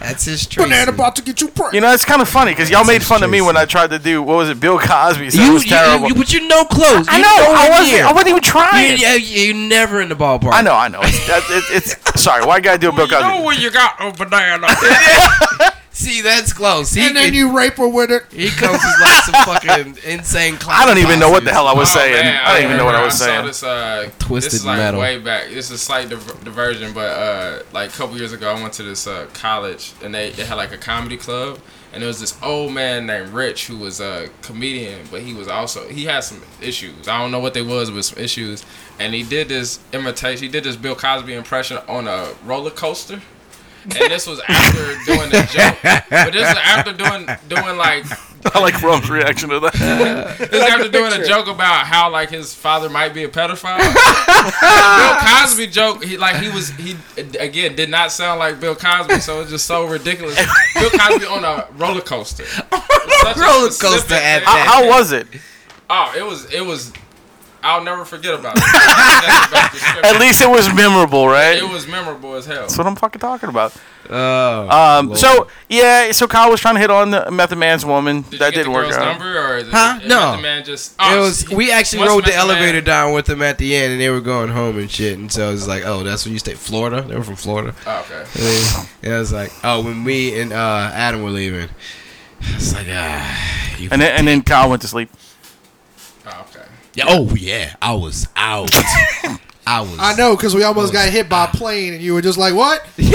That's his Tracy. banana about to get you pregnant. you know, it's kind of funny because y'all made fun of me Tracy. when I tried to do what was it, Bill Cosby? So it You, was terrible. you, you, but you're no close. I You're know. I nowhere wasn't. near. I wasn't even You, trying. you, you're never in the ballpark. I know. I know. It's, that- it, it's sorry. Why you gotta do a Bill you know Cosby? where you got a banana. See, that's close. He, and then you rape her with it. he comes as like some fucking insane clown. I don't even know what the hell I was Oh, saying. man, I don't even know what I remember was saying. Saw this, uh, Twisted this is like metal. way back. This is a slight diver- diversion, but uh, like a couple years ago, I went to this uh, college and they, they had like a comedy club, and there was this old man named Rich who was a comedian, but he was also he had some issues. I don't know what they was, but some issues, and he did this imitation. He did this Bill Cosby impression on a roller coaster. And this was after doing the joke, but this was after doing doing like I like Rum's reaction to that. this Like after a doing a picture. joke about how like his father might be a pedophile. Bill Cosby joke, he like he was he again did not sound like Bill Cosby, so it's just so ridiculous. Bill Cosby on a roller coaster. Such a Roller specific coaster thing. at how, that. how was it? Oh, it was it was. I'll never forget about it. That's the best description. At least it was memorable, right? it was memorable as hell. That's what I'm fucking talking about. Oh, Um, so yeah, so Kyle was trying to hit on the Method Man's woman. Did you that get did the work girl's out. number or is it- Huh? is No. the man just oh, uh, it was. he- We actually once rode the Method Man- elevator down with them at the end, and they were going home and shit. And so it was like, oh, that's when you stay Florida. They were from Florida. Oh, okay. And then- and it was like, oh, when me and uh, Adam were leaving, it's like, ah, you, And then, and then Kyle went to sleep. Oh, okay. yeah, oh yeah, I was out. hours. I know because we Oh, almost got hit by a plane, and you were just like, "What?" Okay,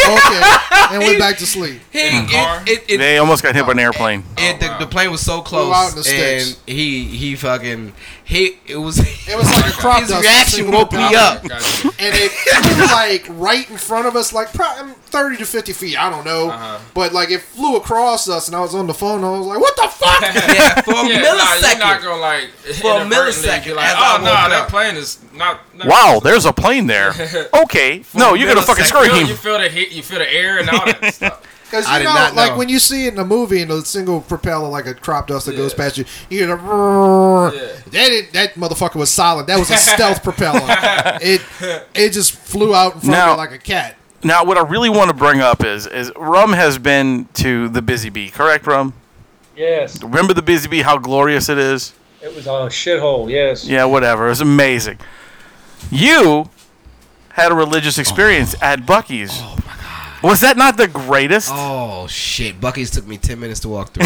and went back to sleep. He, it, it, it, They almost got hit by Uh, an airplane. it- the, the plane was so We were out in the close, sticks. and he he fucking he it was it was like a crop his dust. reaction woke me up. Gotcha. And it flew like right in front of us, like probably thirty to fifty feet. I don't know, Uh-huh. but like it flew across us, and I was on the phone. And I was like, "What the fuck?" Yeah, for a Yeah, nah, you're millisecond. not gonna like a inadvertently millisecond Be like, as I oh woke no, that up. plane is not. not Wow, there's a plane there. Okay, no, you're gonna fucking millisecond. You feel, you scream. feel the heat, you feel the air and all that stuff. Because I you did know, not like know. when you see it in a movie and a single propeller, like a crop dust that goes past you, you hear the. roar. That it, that motherfucker was silent. That was a stealth propeller. It it just flew out in front Now- of me like a cat. Now, what I really want to bring up is is Rum has been to the Busy Bee, correct, Rum? Yes, Remember the Busy Bee? How glorious it is. it was on a shithole. Yes. Yeah, whatever. It was amazing. You had a religious experience at Bucky's. Oh my god. Was that not the greatest? Oh shit! Bucky's took me ten minutes to walk through.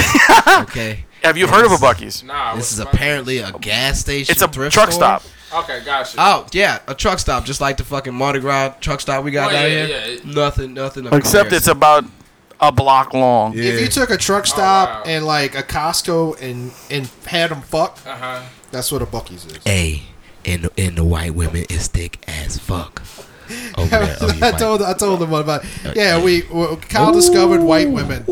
okay, Have you heard of a Bucky's? Nah, this is what's the- apparently a gas station. It's a thrift truck store. stop. Okay, gotcha. Oh yeah, a truck stop, just like the fucking Mardi Gras truck stop we got Oh, down yeah, here. yeah. Nothing, nothing. of Except it's comparison. about a block long. Yeah. If you took a truck stop Oh, wow. and like a Costco and and had them fuck, Uh huh. that's what a Bucky's is. Hey, and the, and the white women is thick as fuck. Over there, oh, you I might- Oh, told I told them about. Yeah, we well, Kyle discovered white women.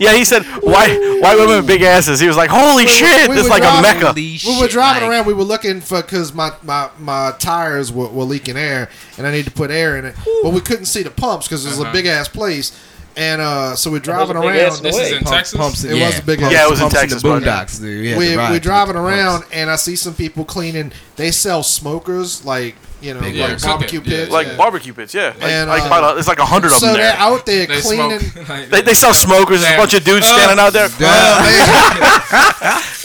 Yeah, he said white white women with big asses. He was like, Holy shit, we this is were like a driving mecca. Holy We were shit, driving like- around. We were looking for because my, my my tires were, were leaking air, and I need to put air in it, but we couldn't see the pumps because it was Uh-huh. a big ass place, and uh, so we're driving was a big around. ass This is Wait. in Texas. Pumps, It yeah, was a big pumps, Yeah, it was in pumps Texas, The but- boondocks, dude. Yeah, we, the we're rides, driving the around pumps. and I see some people cleaning. They sell smokers like you know Big like ass. barbecue Cooking, yeah, pits. Like yeah. barbecue pits, yeah. Like, And, like uh, about a, it's like a hundred of so them they're there. out there They cleaning. smoke. like, They, they sell smokers. There's a bunch of dudes standing out there. you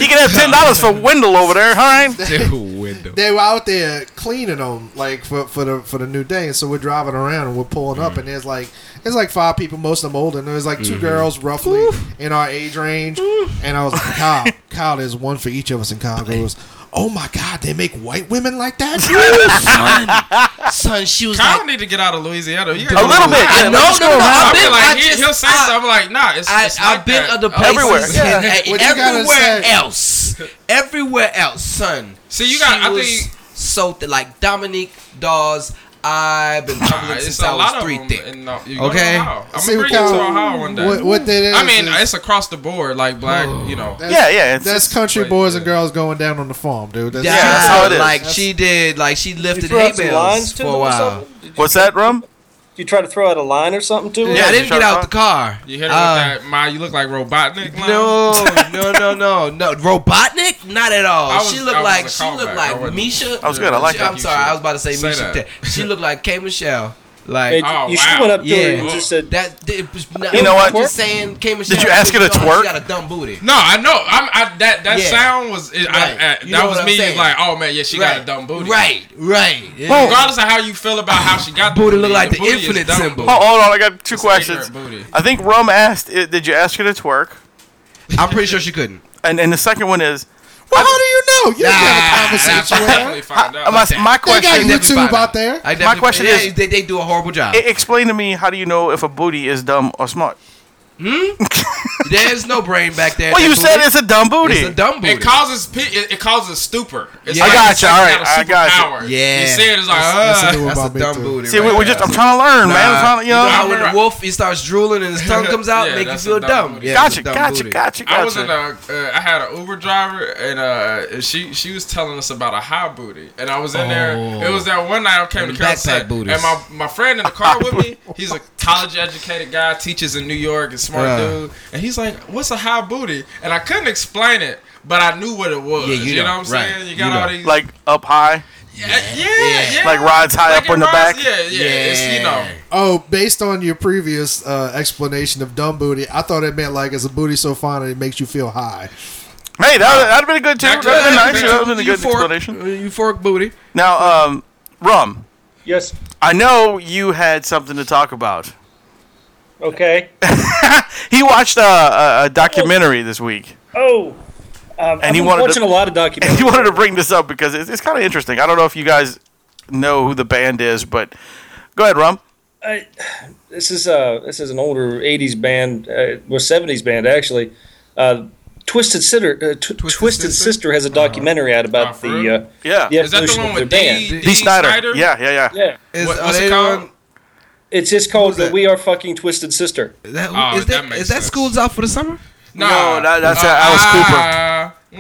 can have ten dollars for Wendell over there, all right? Dude, window. They were out there cleaning them like for, for the for the new day. And so we're driving around and we're pulling up and there's like there's like five people, most of them older. And there's like 2 girls roughly in our age range. And I was like, Kyle, Kyle, there's one for each of us. And Kyle goes. Oh my God! They make white women like that. Son, she was Kyle like, need to get out of Louisiana. You A gotta- little bit. Yeah, no, let's no, go no, around. I'll I've be been- like, I he, just- he'll say I- something. I'm like, nah, it's, I, it's I've like been that. other Oh, places Everywhere. and- and What you gotta everywhere say- else, everywhere else, son. See, you got- She I was think- so th- like Dominique Dawes. I've been Nah, public it's since a I was lot of three them. thick. in the- you Okay. okay. I'm See, gonna bring you Kyle, to Ohio one day. What, what that is? I mean, is- it's across the board, like black, you Oh. know. Yeah, yeah. It's, That's country boys and girls going down on the farm, dude. That's Yeah, that's how it is. like she did, like she Did lifted you throw hay out some bales lines for to a them or while. something? Did you- what's that, Rum? Did you try to throw out a line or something to Yeah, I them? didn't get out the car. You hit him Uh, with that, ma, you look like Robotnik. line. No, no, no, no, no. Robotnik? Not at all. I was- she I looked was like a she callback. looked I like wasn't- Misha. That was good. I like She- that. I'm sorry, I was about to say, Say Misha. that. Tate. She looked like K Michelle. Hey, Like Oh, you wow. should have went up to her yeah, and just said, that. that- It was not, You know I'm what? Just saying, K Michelle. you ask her to She twerk? got a dumb booty. No, I know. I'm, I, that that Yeah. sound was it, I, Right. I, You know that was what I'm me. saying. Like, oh man, yeah, she got a dumb booty. Right, right. Yeah. Regardless of how you feel about how she got the Booty look like the booty is infinite dumb. symbol. Oh, hold on. I got two ignorant questions. booty. I think Rum asked, i- "Did you ask her to twerk?" I'm pretty sure she couldn't. And and the second one is, Well, how do you know? You didn't have a Nah, conversation nah, with her. Definitely find out. my, my They got question. you- definitely YouTube find out out. there. I definitely- question yeah, is- they, they do a horrible job. e- explain to me how do you know if a booty is dumb or smart? There's no brain back there. Well, That you said booty- it's a dumb booty. It's a dumb booty. It causes pe- it, it causes stupor. It's Yeah. I gotcha, it's you alright, got a I gotcha. superpower. Yeah. you see it, it's like That's a uh, new one That's about a me dumb too. booty. See, we, right we're there. just. I'm trying to learn, man. I'm Nah. trying to, you You know. know how when remember- a wolf he starts drooling and his tongue comes out, Yeah, make you that's feel a dumb dumb. booty. Yeah, it's gotcha, a dumb gotcha, booty. gotcha, gotcha, I was in a, uh, I had an Uber driver, and uh, she she was telling us about a high booty, and I was in there. It was that one night I came to Them Kansas, backpack City, booties. and my my friend in the car with me. He's a college educated guy, teaches in New York, and smart Yeah. dude. And he's like, "What's a high booty?" And I couldn't explain it, but I knew what it was. Yeah, you you, know, know, what I'm right, saying? You you got know. all these like up high. yeah, yeah, yeah. Like rides high up it on the rides- back? Yeah, yeah. It's, you know, Oh, based on your previous uh, explanation of dumb booty, I thought it meant like it's a booty so fine that it makes you feel high. Hey, that that'd been a good too. That'd That- been that- nice. that- That'd been a good Euphoric- explanation. uh, Euphoric booty. Now, um, Rum, yes, I know you had something to talk about. okay. He watched a, a, a documentary this week, Oh, um, I've he been wanted to- watching a lot of and documentaries. he wanted to bring this up because it's, it's kind of interesting. I don't know if you guys know who the band is, but go ahead, Rum. This is uh this is an older '80s band, uh, well '70s band actually. Uh, Twisted Sister, uh, Tw- Twisted, Sister? Sister? has a Uh-huh. documentary out Oh, about for the real? uh, Yeah. the Is that the evolution one of their with band. D. D, Snyder. Yeah, yeah, yeah. Yeah, Is, What- are what's they it doing- called? it's just called What was the that? "We Are Fucking Twisted Sister." Is that, Oh, is that that, makes is that sense. school's out for the summer? No, that- that's, uh, Alice Cooper.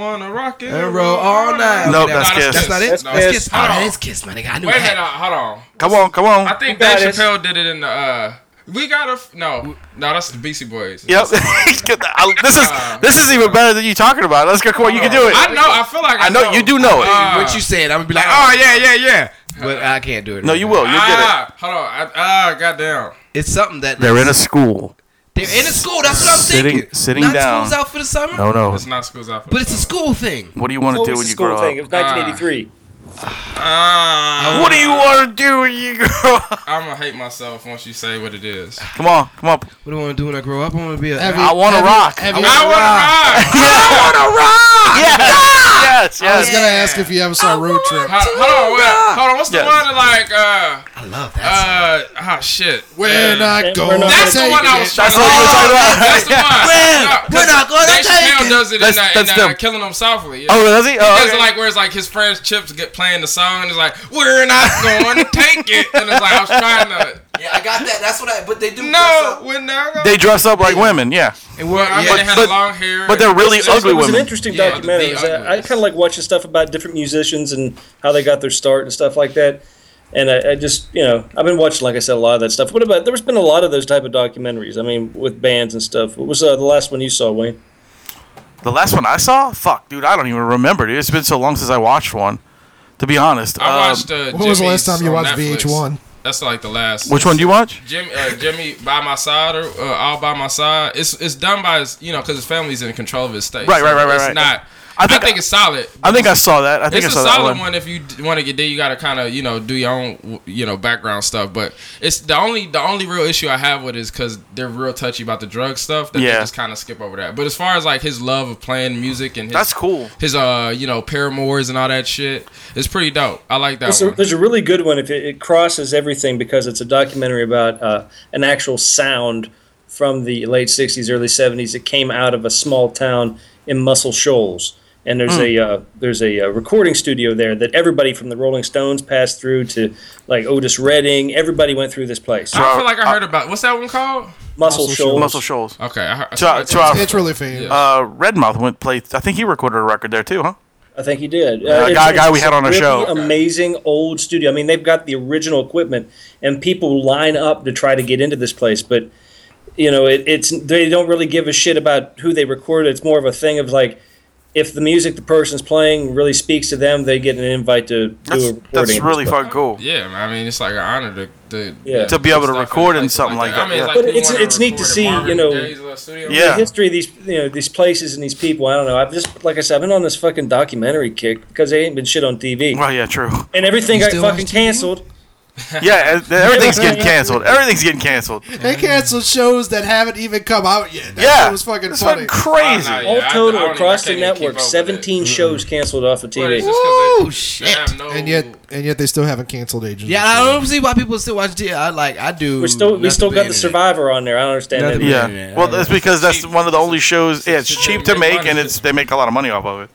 Wanna rock it And roll all night. No, Okay, that's Kiss. That's not it. That's that's Kiss. Kiss. Hold on. Kiss, my nigga. I knew Wait a minute, uh, hold on. Come on, come I on. think You got Dave it. Chappelle did it in the. uh We gotta. F- no, no, that's the Beastie Boys. Yep. Get the- I- this is this is even better than you talking about. it. Let's go. Come on, you can do I it. know. I feel like I, I know you do know it. Uh, What you said? I'm gonna be like, oh oh, yeah, yeah, yeah. but I can't do it. No, right you now. will. You'll get it. ah, hold on. I- Ah, goddamn. It's something that They're in a school. they're in a school. That's what I'm Sitting- thinking. sitting not down. school's out for the summer. No, no. It's not schools out. for- But it's a school thing. What do you want to What do was when the you school grow thing? It up? was 1983. Ah, What do you want to do when you grow up? I'm gonna hate myself once you say what it is. Come on, come on. What do I want to do when I grow up? I want to be a. Have I you- want to have you- rock. have I you- want to rock. Yes, yes, I was yes. gonna ask if you ever saw Road Trip. Hold, hold on, wait, hold on. What's Yes. the one that like? uh I love that. uh Ah, shit. We're not We're going. not- That's to the take one I it. was That's trying what you to- were talking about. That's the one. Yeah. No, 'cause We're not gonna Dave take Chappelle it. does it That's- in, that, that's in uh, them. Killing Them Softly. Yeah. Oh, does he? Oh, It's okay. like where it's like his friends Chips get playing the song and it's like we're not going to take it and it's like I was trying to Yeah, I got that. That's what I. But they do. no we're not going. they dress up like women. Yeah, And well, I mean, Yeah. they had But- long hair. but they're really ugly it was an women. interesting Yeah, documentary. the It was- I, Ugly. kind of like watching stuff about different musicians and how they got their start and stuff like that. And I, I just, you know, I've been watching, like I said, a lot of that stuff. What about? There's been a lot of those type of documentaries. I mean, with bands and stuff. What was uh, the last one you saw, Wayne? the last one I saw, fuck, dude, I don't even remember. Dude, it's been so long since I watched one. To be honest, I Um, watched. Uh, When was the last Jimmy's time you on watched Netflix. VH1? That's like the last. which one do you watch? Jimmy, uh, Jimmy by my side or uh, all by my side. It's it's done by his, you know, because his family's in control of his state. Right, right, right, right, It's right. not. I I think- think, it's solid. I think I saw that. I think it's I saw a that solid one. one. if you want to get there. You got to kind of you know do your own you know background stuff. But it's the only the only real issue I have with it is because they're real touchy about the drug stuff. That Yeah. they just kind of skip over that. But as far as like his love of playing music and his, That's cool. His uh you know paramours and all that shit. It's pretty dope. I like that There's a, one. there's a really good one. If it, it crosses everything because it's a documentary about uh, an actual sound from the late '60s, early '70s that came out of a small town in Muscle Shoals. And there's a uh, there's a uh, recording studio there that everybody from the Rolling Stones passed through to like Otis Redding. Everybody went through this place. I Uh, feel like I heard about what's that one called? Muscle, Shoals. Muscle Shoals. Okay, I heard, I To our, to our, It's really famous. uh, Redmouth went played. I think he recorded a record there too, huh? I think he did. Uh, a it's- guy- guy we it's had a on our show. really Amazing old studio. I mean, they've got the original equipment, and people line up to try to get into this place. But you know, it, it's they don't really give a shit about who they record. It's more of a thing of like, if the music the person's playing really speaks to them, they get an invite to do That's a recording. that's of this really place. fucking cool. Yeah, man, I mean, it's like an honor to, to Yeah. To be able to stuff record and in something like that, I mean, yeah. like But people it's- wanna it's neat to record in see, you Marvin know- Gaye's little studio. Yeah. the history of these you know these places and these people. I don't know. I've just like I said, I've been on this fucking documentary kick because they ain't been shit on TV, Well, yeah, true. and everything You got still watch fucking TV? canceled. Yeah, and everything's getting canceled. Everything's getting canceled. They canceled shows that haven't even come out yet. That Yeah, shit was fucking It's funny. crazy. Oh, no, All Yeah, I- I total don't even- across I the can't even keep network, up with it. 17 shows canceled off of But TV. it's just 'cause Ooh, they- shit. they have no- And yet, and yet they still haven't canceled Agents. Yeah, I don't see why people still watch TV. I like. I do. We still we nothing still but got the internet. Survivor on there. I don't understand Nothing that. but- Yeah. Yeah. Well, that's because that's Cheap. one of the only shows. Yeah, it's It's cheap cheap to to make, make and money. it's they make a lot of money off of it.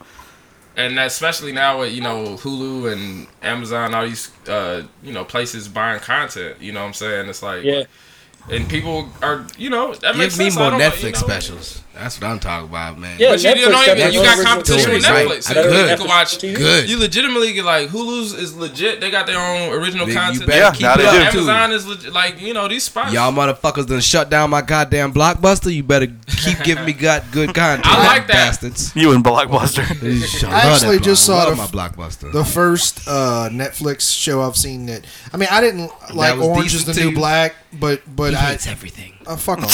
and especially now with you know Hulu and Amazon, all these uh, you know places buying content. You know what I'm saying? It's like Yeah. and people are you know that makes Give me sense. more I don't know, you Netflix know. specials. That's what I'm talking about, man. Yeah, But you, Netflix don't got even, you their got own competition original with stories, right? Netflix. You know, You Good. can watch. Good. You legitimately get like Hulu's is legit. They got their own original You content. better Yeah, keep now it they up, do. too. Amazon is legit. Like you know these spots. Y'all motherfuckers done shut down my goddamn blockbuster. You better keep giving me god good content. I like that. bastards. You and Blockbuster. I actually just saw love the my f- blockbuster. The first uh, Netflix show I've seen that. I mean, I didn't like was Orange is the decent New too. Black, but but he I hates everything. uh, fuck off.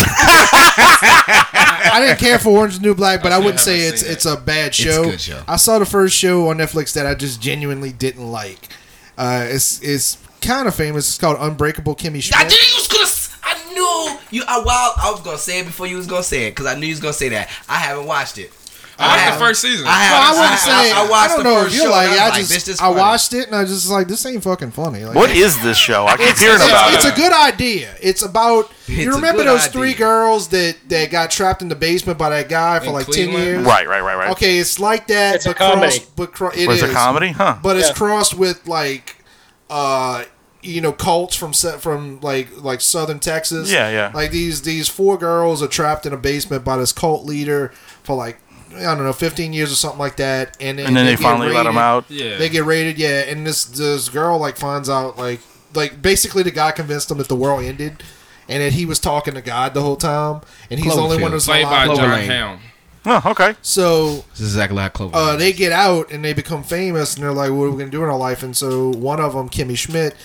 I didn't care for Orange is the New Black, but I, wouldn't still say haven't it's seen it's a bad show. good show. I saw the first show on Netflix that I just genuinely didn't like. Uh, it's it's kind of famous. It's called Unbreakable Kimmy I Schmidt. knew you was gonna. s- I knew you. I, well, I was gonna say it before you was gonna say it because I knew you was gonna say that. I haven't watched it. I watched haven't. the first season. I Well, I haven't. wouldn't say. I, I, I watched don't the know first if you show. like. and it. I, was like, I just this is I funny. watched it and I was just like, this ain't fucking funny. Like, What is this show? I keep hearing it's, about it's it. a good idea. It's about It's you a remember good those idea. three girls that that got trapped in the basement by that guy for In like ten Cleveland? years. Right, right, right, right. Okay, it's like that. It's a but crossed- comedy. but cro- it Was it is. a comedy? Huh. but it's Yeah. crossed with like uh you know cults from se- from like like southern texas Yeah, yeah. like these these four girls are trapped in a basement by this cult leader for like i don't know 15 years or something like that and then, and then they get finally let raided. him out. yeah. they get raided yeah and this this girl like finds out like like basically the guy convinced them that the world ended and that he was talking to god the whole time and he's the only one Cloverfield. who's played by alive Clover John Lane. Hamm. Oh, okay. so This is Zach Black Clover. uh, they get out and they become famous and they're like, what are we going to do in our life? And so one of them, Kimmy Schmidt,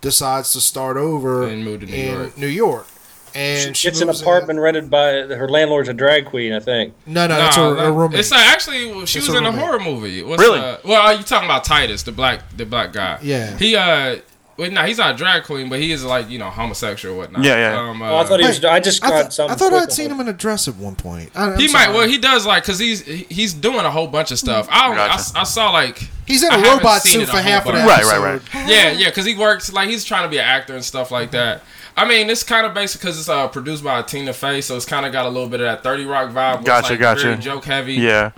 decides to start over And move to New in York. New York. And she uh, It's an moves in- apartment rented by her landlord's a drag queen, I think. No, no, Nah, that's her, her that- roommate. It's like, actually well, she It's was her in a roommate. horror movie. What's Really? uh, well, you talking about Titus, the black the black guy? Yeah. He uh, well, no, he's not a drag queen, but he is like you know homosexual or whatnot. Yeah, yeah. Um, Oh, I uh, thought he was. Wait, I just I, grabbed thought- something. I thought quick. I'd seen him in a dress at one point. I, I'm he sorry. might. Well, he does like because he's he- he's doing a whole bunch of stuff. I don't- I, Gotcha. s- I saw like He's in I a haven't robot seen it suit a for whole half of bunch. that. Right, right, right. yeah, yeah, because he works like he's trying to be an actor and stuff like that. I mean, it's kind of basic because it's uh, produced by Tina Fey, so it's kind of got a little bit of that Thirty Rock vibe. where Gotcha, it's, like, gotcha. Very joke heavy. Yeah.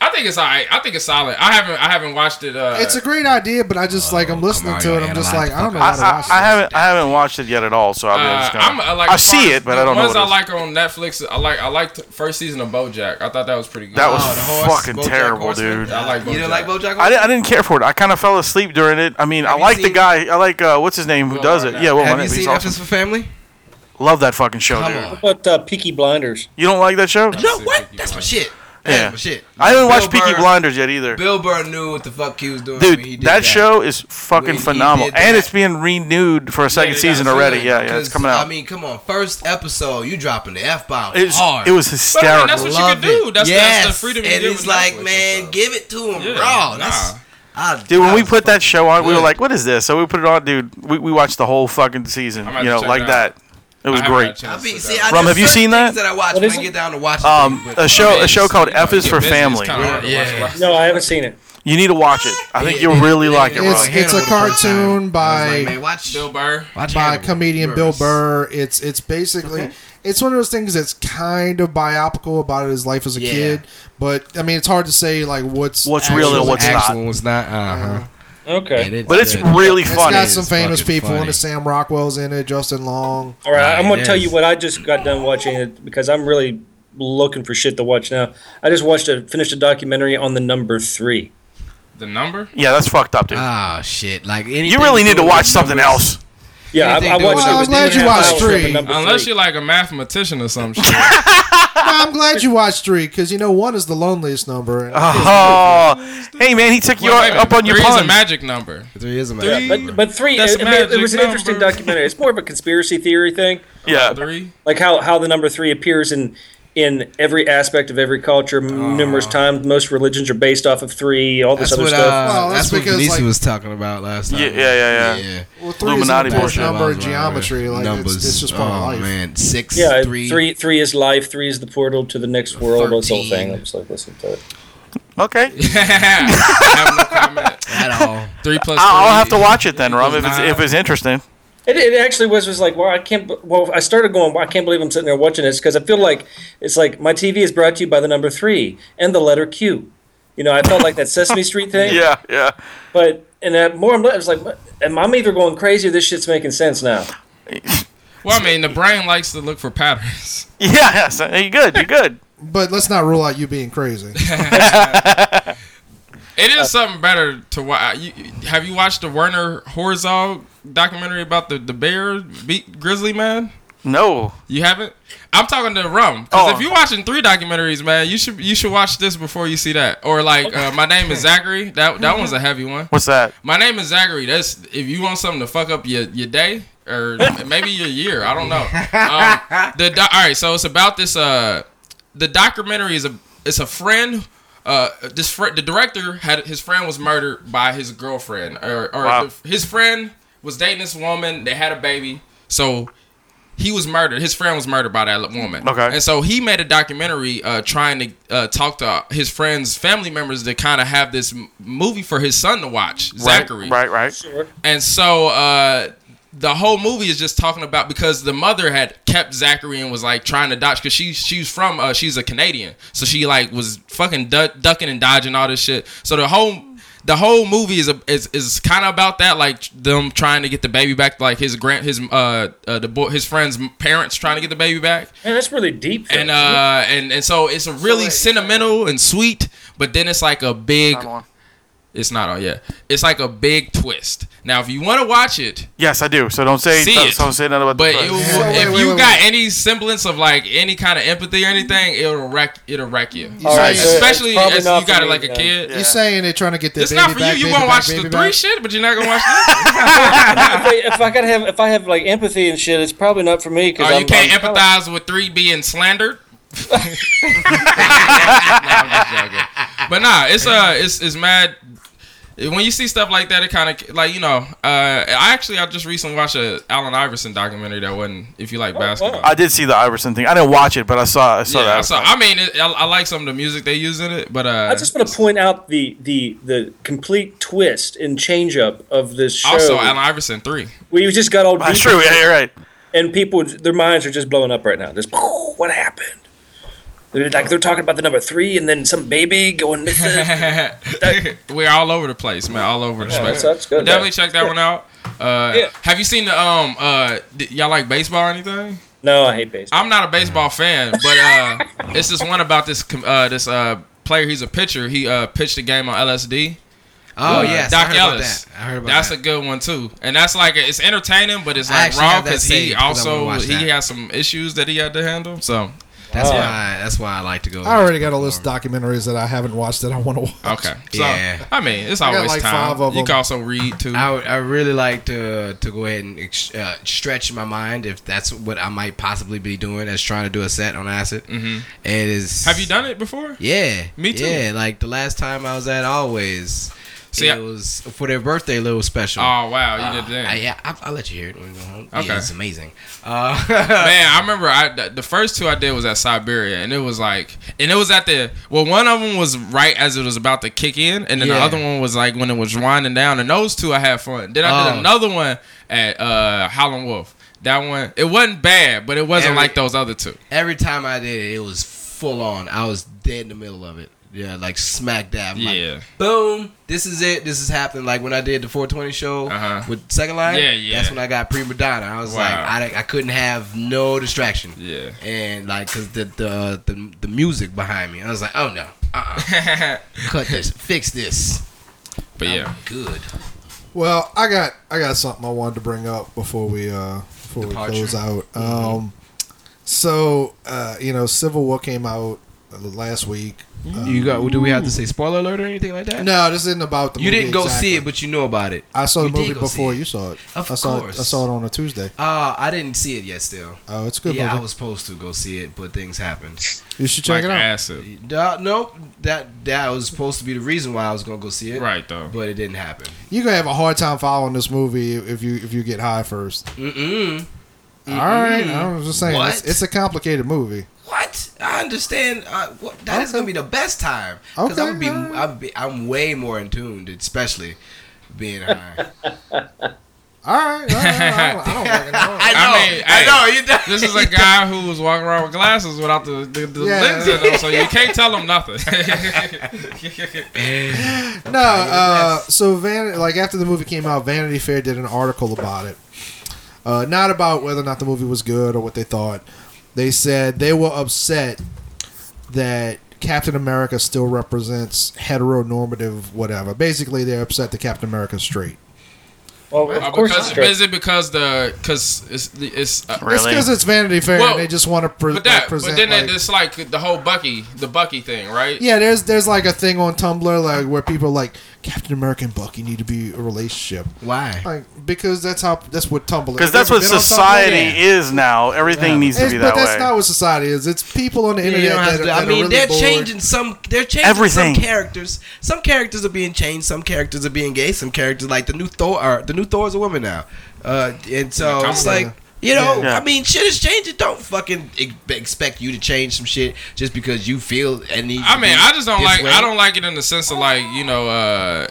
I think it's alright. I think it's solid. I haven't I haven't watched it. Uh, It's a great idea, but I just like Oh, I'm listening on, to you it. I'm just analyze like the I don't know I, how to watch I, I haven't I haven't watched it yet at all, so I'll be uh, just I'm gonna. uh, like I as far see as it, but the I don't know Ones what it I is. like on Netflix. I like I liked the first season of BoJack. I thought that was pretty good. That was Oh, the horse. fucking Bojack terrible, Horseman? dude. I like You BoJack. didn't like BoJack? I, di- I didn't care for it. I kind of fell asleep during it. I mean, I Have you like the seen- guy. I like uh, what's his name who Will does it. Arnett. Yeah, well, Have you seen F is for Family? Love that fucking show, Come dude. on. What about uh, Peaky Blinders? You don't like that show? No, what? That's my shit. That's Yeah. my shit. I haven't Bill watched Peaky Burr- Blinders yet either. Bill Burr knew what the fuck he was doing. Dude, when he that, did show is fucking When he phenomenal, did and that. it's being renewed for a second they got season a already. season, Yeah, yeah, it's Because, coming out. I mean, come on. First episode, you dropping the F bomb it, was, hard. it was But I mean, hysterical. that's what you Love can do. it. That's, yes. that's the freedom you And get it's with like, Netflix man, and stuff. give it to him Yeah, raw. That's, nah. I, Dude, when that we was put that show on, we were good. like, "What is this?" So we put it on, dude. We, we watched the whole fucking season, I'm about you to know, check like it out. that. It was I haven't had a great. chance I to mean, sit see, down. I Rum, there's have you certain seen things that? I watch What when is I it? get down to watch. Um, things, but- a show mean, a show it's- called you know, F is your for business Family. kinda hard to watch Yeah. a lot. No, I haven't seen it. You need to watch it. I think you'll really like it, it. It's Ron. it's a Hannibal the first cartoon I was by like, man, watch, Bill Burr. watch by Hannibal. comedian Burr. Bill Burr. It's it's basically it's one of those things that's kind of biopical about his life as a Yeah. kid, but I mean it's hard to say like what's What's real and actually- what's Axel not. was not. Uh Uh-huh. huh. Okay. But it's really It's funny. got some It's famous fucking people in funny. it. Sam Rockwell's in it. Justin Long. All right, I'm going it to tell is. you what I just got done watching it because I'm really looking for shit to watch now. I just watched a finished a documentary on the number three. The number? Yeah, that's fucked up, Uh, dude. Oh shit! Like You really need to watch something else. Yeah, I, I Anything watched. to watch. Well, it. It was I'm glad two and you a half watched hours for the three. number Unless three. you're like a mathematician or some shit. Nah, I'm glad you watched three because you know one is the loneliest number. Uh, And Oh, hey man, he took you Well, wait a minute. up on your Three is a pun. magic number. Three is a Yeah, man. but, but three, That's I mean, it magic was an interesting number. documentary. It's more of a conspiracy theory thing. Yeah, Three. like how, how the number three appears in in every aspect of every culture m numerous times. Most religions are based off of three. All this That's other what uh, stuff. Well, that's, that's what because, Lisa like- was talking about last time. Yeah, yeah, yeah, yeah. well, three Illuminati is an bullshit. important number in geometry. Like numbers. It's, it's just part oh, of life. man, six, yeah, three. three. three is life. Three is the portal to the next world. This whole thing. I'm just like listen to it. Okay, Have no comment. at all. Three plus I'll I'll three have to watch it then, Rob, equals if it's nine. if it's interesting. It, it actually was was like well I can't be- well I started going well, I can't believe I'm sitting there watching this because I feel like it's like my TV is brought to you by the number three and the letter Q. You know I felt like that Sesame Street thing. Yeah, yeah. But and uh, more I'm I was like am I'm either going crazy or this shit's making sense now. Well, I mean, the brain likes to look for patterns. Yeah, yes. You're good. You're good. But let's not rule out you being crazy. It is something better to watch. You, you- have you watched the Werner Herzog documentary about the the bear beat grizzly man? No. You haven't? I'm talking to Rum. Because Oh. if you're watching three documentaries, man, you should you should watch this before you see that. Or like, uh, my name is Zachary. That that one's a heavy one. What's that? My name is Zachary. That's if you want something to fuck up your, your day or maybe your year. I don't know. Um, the do- all right. So it's about this. Uh, the documentary is a it's a friend. Uh, this fr- the director had his friend was murdered by his girlfriend or or Wow. the- his friend was dating this woman. They had a baby. So he was murdered. His friend was murdered by that woman. Okay. And so he made a documentary uh, trying to uh, talk to his friends, family members to kind of have this m- movie for his son to watch, Zachary. Right, right. Sure. And so uh, the whole movie is just talking about because the mother had kept Zachary and was like trying to dodge because she she's from uh, she's a Canadian, so she like was fucking du- ducking and dodging all this shit. So the whole the whole movie is a, is is kind of about that, like them trying to get the baby back, like his grand his uh, uh the boy his friend's parents trying to get the baby back Man, that's really deep. though. and uh and and so it's a really sentimental and sweet but then it's like a big Not on. it's not on yet it's like a big twist now if you want to watch it Yes, I do. So don't say See don't, it. don't say nothing about but the it will, price. wait, if wait, you wait, got any semblance of like any kind of empathy or anything it'll wreck it'll wreck you All right, So, so especially it's probably as not you got for it me, like a then. kid Yeah. You're saying they're trying to get their It's baby not for back. you. You baby gonna back, watch the baby three back. shit, but you're not gonna watch this. if, I, if I gotta have, if I have like empathy and shit, it's probably not for me because Or Oh, you can't empathize with three being slandered. Nah, I'm just joking. But nah, it's uh, it's it's mad. When you see stuff like that, it kind of like you know. Uh, I actually I just recently watched a Allen Iverson documentary that wasn't if you like basketball. I did see the Iverson thing. I didn't watch it, but I saw I saw yeah, that. I, saw, I mean, it, I, I like some of the music they use in it, but uh, I just want to point out the the the complete twist and change up of this show. also Allen Iverson three. we just got all deep That's true. Yeah, you're right. and people their minds are just blowing up right now. Just "Oh, what happened? They're like they're talking about the number three and then some baby going missing. We're all over the place, man. All over the that's, place. that's good. Definitely man. check that one out. Uh, Yeah. Have you seen the um uh d- y'all like baseball or anything? No, I hate baseball. I'm not a baseball fan, but uh, it's this one about this com- uh, this uh, player. He's a pitcher. He uh, pitched a game on LSD. Oh Uh, yes, Doc I heard Ellis. About that. I heard about That's that. a good one too, and that's like it's entertaining, but it's I like actually raw have that because he saved 'cause I also wanna watch he that. has some issues that he had to handle. So that's Oh. why. That's why I like to go. I already got a list of documentaries that I haven't watched that I want to watch. okay, so Yeah. I mean it's got, always like, time. five of you them. can also read too. I, would- I really like to to go ahead and ex- uh, stretch my mind if that's what I might possibly be doing as trying to do a set on acid. Mm-hmm. It is. Have you done it before? Yeah, Me too. Yeah, like the last time I was at Always, See, it I- was for their birthday little special. Oh wow, you Uh, did that. I, yeah, I, I'll let you hear it when we go home. Okay. Yeah, it's amazing. Uh, Man, I remember I th- the first two I did was at Siberia, and it was like, and it was at the well, one of them was right as it was about to kick in, and then the Yeah. other one was like when it was winding down. And those two I had fun. Then I did Oh. another one at uh Howlin' Wolf. That one it wasn't bad, but it wasn't Every- like those other two. every time I did it, it was full on. I was dead in the middle of it. Yeah, like smack dab. I'm like, Yeah. boom. This is it. This is happening. Like when I did the 420 show Uh-huh. with Second Line. Yeah, yeah. That's when I got prima donna. I was Wow. like, I, I couldn't have no distraction. Yeah. And like, cause the the the, the music behind me, I was like, oh no, uh-uh. cut this, fix this. but yeah, Good. Well, I got I got something I wanted to bring up before we uh before Departure. Mm-hmm. we close out. Um, so uh, you know, Civil War came out uh, last week. You got? Do we have to say spoiler alert or anything like that? No, this isn't about the. You movie didn't go see it, exactly. but you know about it. I saw the you did movie go see before it. you saw it. Of I saw It, I course. saw it on a Tuesday. Uh, I didn't see it yet. Still, Oh, it's a good yeah, I movie. was supposed to go see it, but things happened. you should like check it out. acid, Uh, nope, that that was supposed to be the reason why I was gonna go see it, right though. But it didn't happen. You're gonna have a hard time following this movie if you if you get high 1st Mm-mm. right, I was just saying it's, What? it's a complicated movie. What? I understand. Uh, what, that is Okay. gonna be the best time because Okay, I'm be, alright. I'm be I'm way more in tune, especially being high. All right, all right, I don't, I don't fucking know. I know. I I, mean, hey, know. You don't- This is a guy who was walking around with glasses without the, the, the Yeah. lens in them, so you can't tell him nothing. No, uh, so Van, like after the movie came out, Vanity Fair did an article about it. Uh, not about whether or not the movie was good or what they thought. They said they were upset that Captain America still represents heteronormative whatever. Basically, they're upset that Captain America's straight. well, of Uh, course, because, it's true. is it because the because it's it's uh, It's Really? because it's Vanity Fair Well, and they just want to pre- But that, present. but then like- that it's like the whole Bucky, the Bucky thing, right? yeah, there's there's like a thing on Tumblr like where people are like Captain America and Bucky need to be a relationship, Why? like because that's how that's what Tumblr. Because that's what Ever been on Tumblr? society is now. Everything needs to It's- be that but that's way. not what society is. It's people on the You internet. don't that, have to- are- I that mean, are really they're bored. changing some. They're changing Everything. some characters. Some characters are being changed. Some characters are being gay. Some characters, like the new Thor, or the new Thor is a woman now. Uh, and so Yeah, it's come on. like, You know, Yeah. I mean, shit is changing. Don't fucking ex- expect you to change some shit just because you feel it needs. I to mean, be I just don't this like. way. I don't like it in the sense of like you know, uh,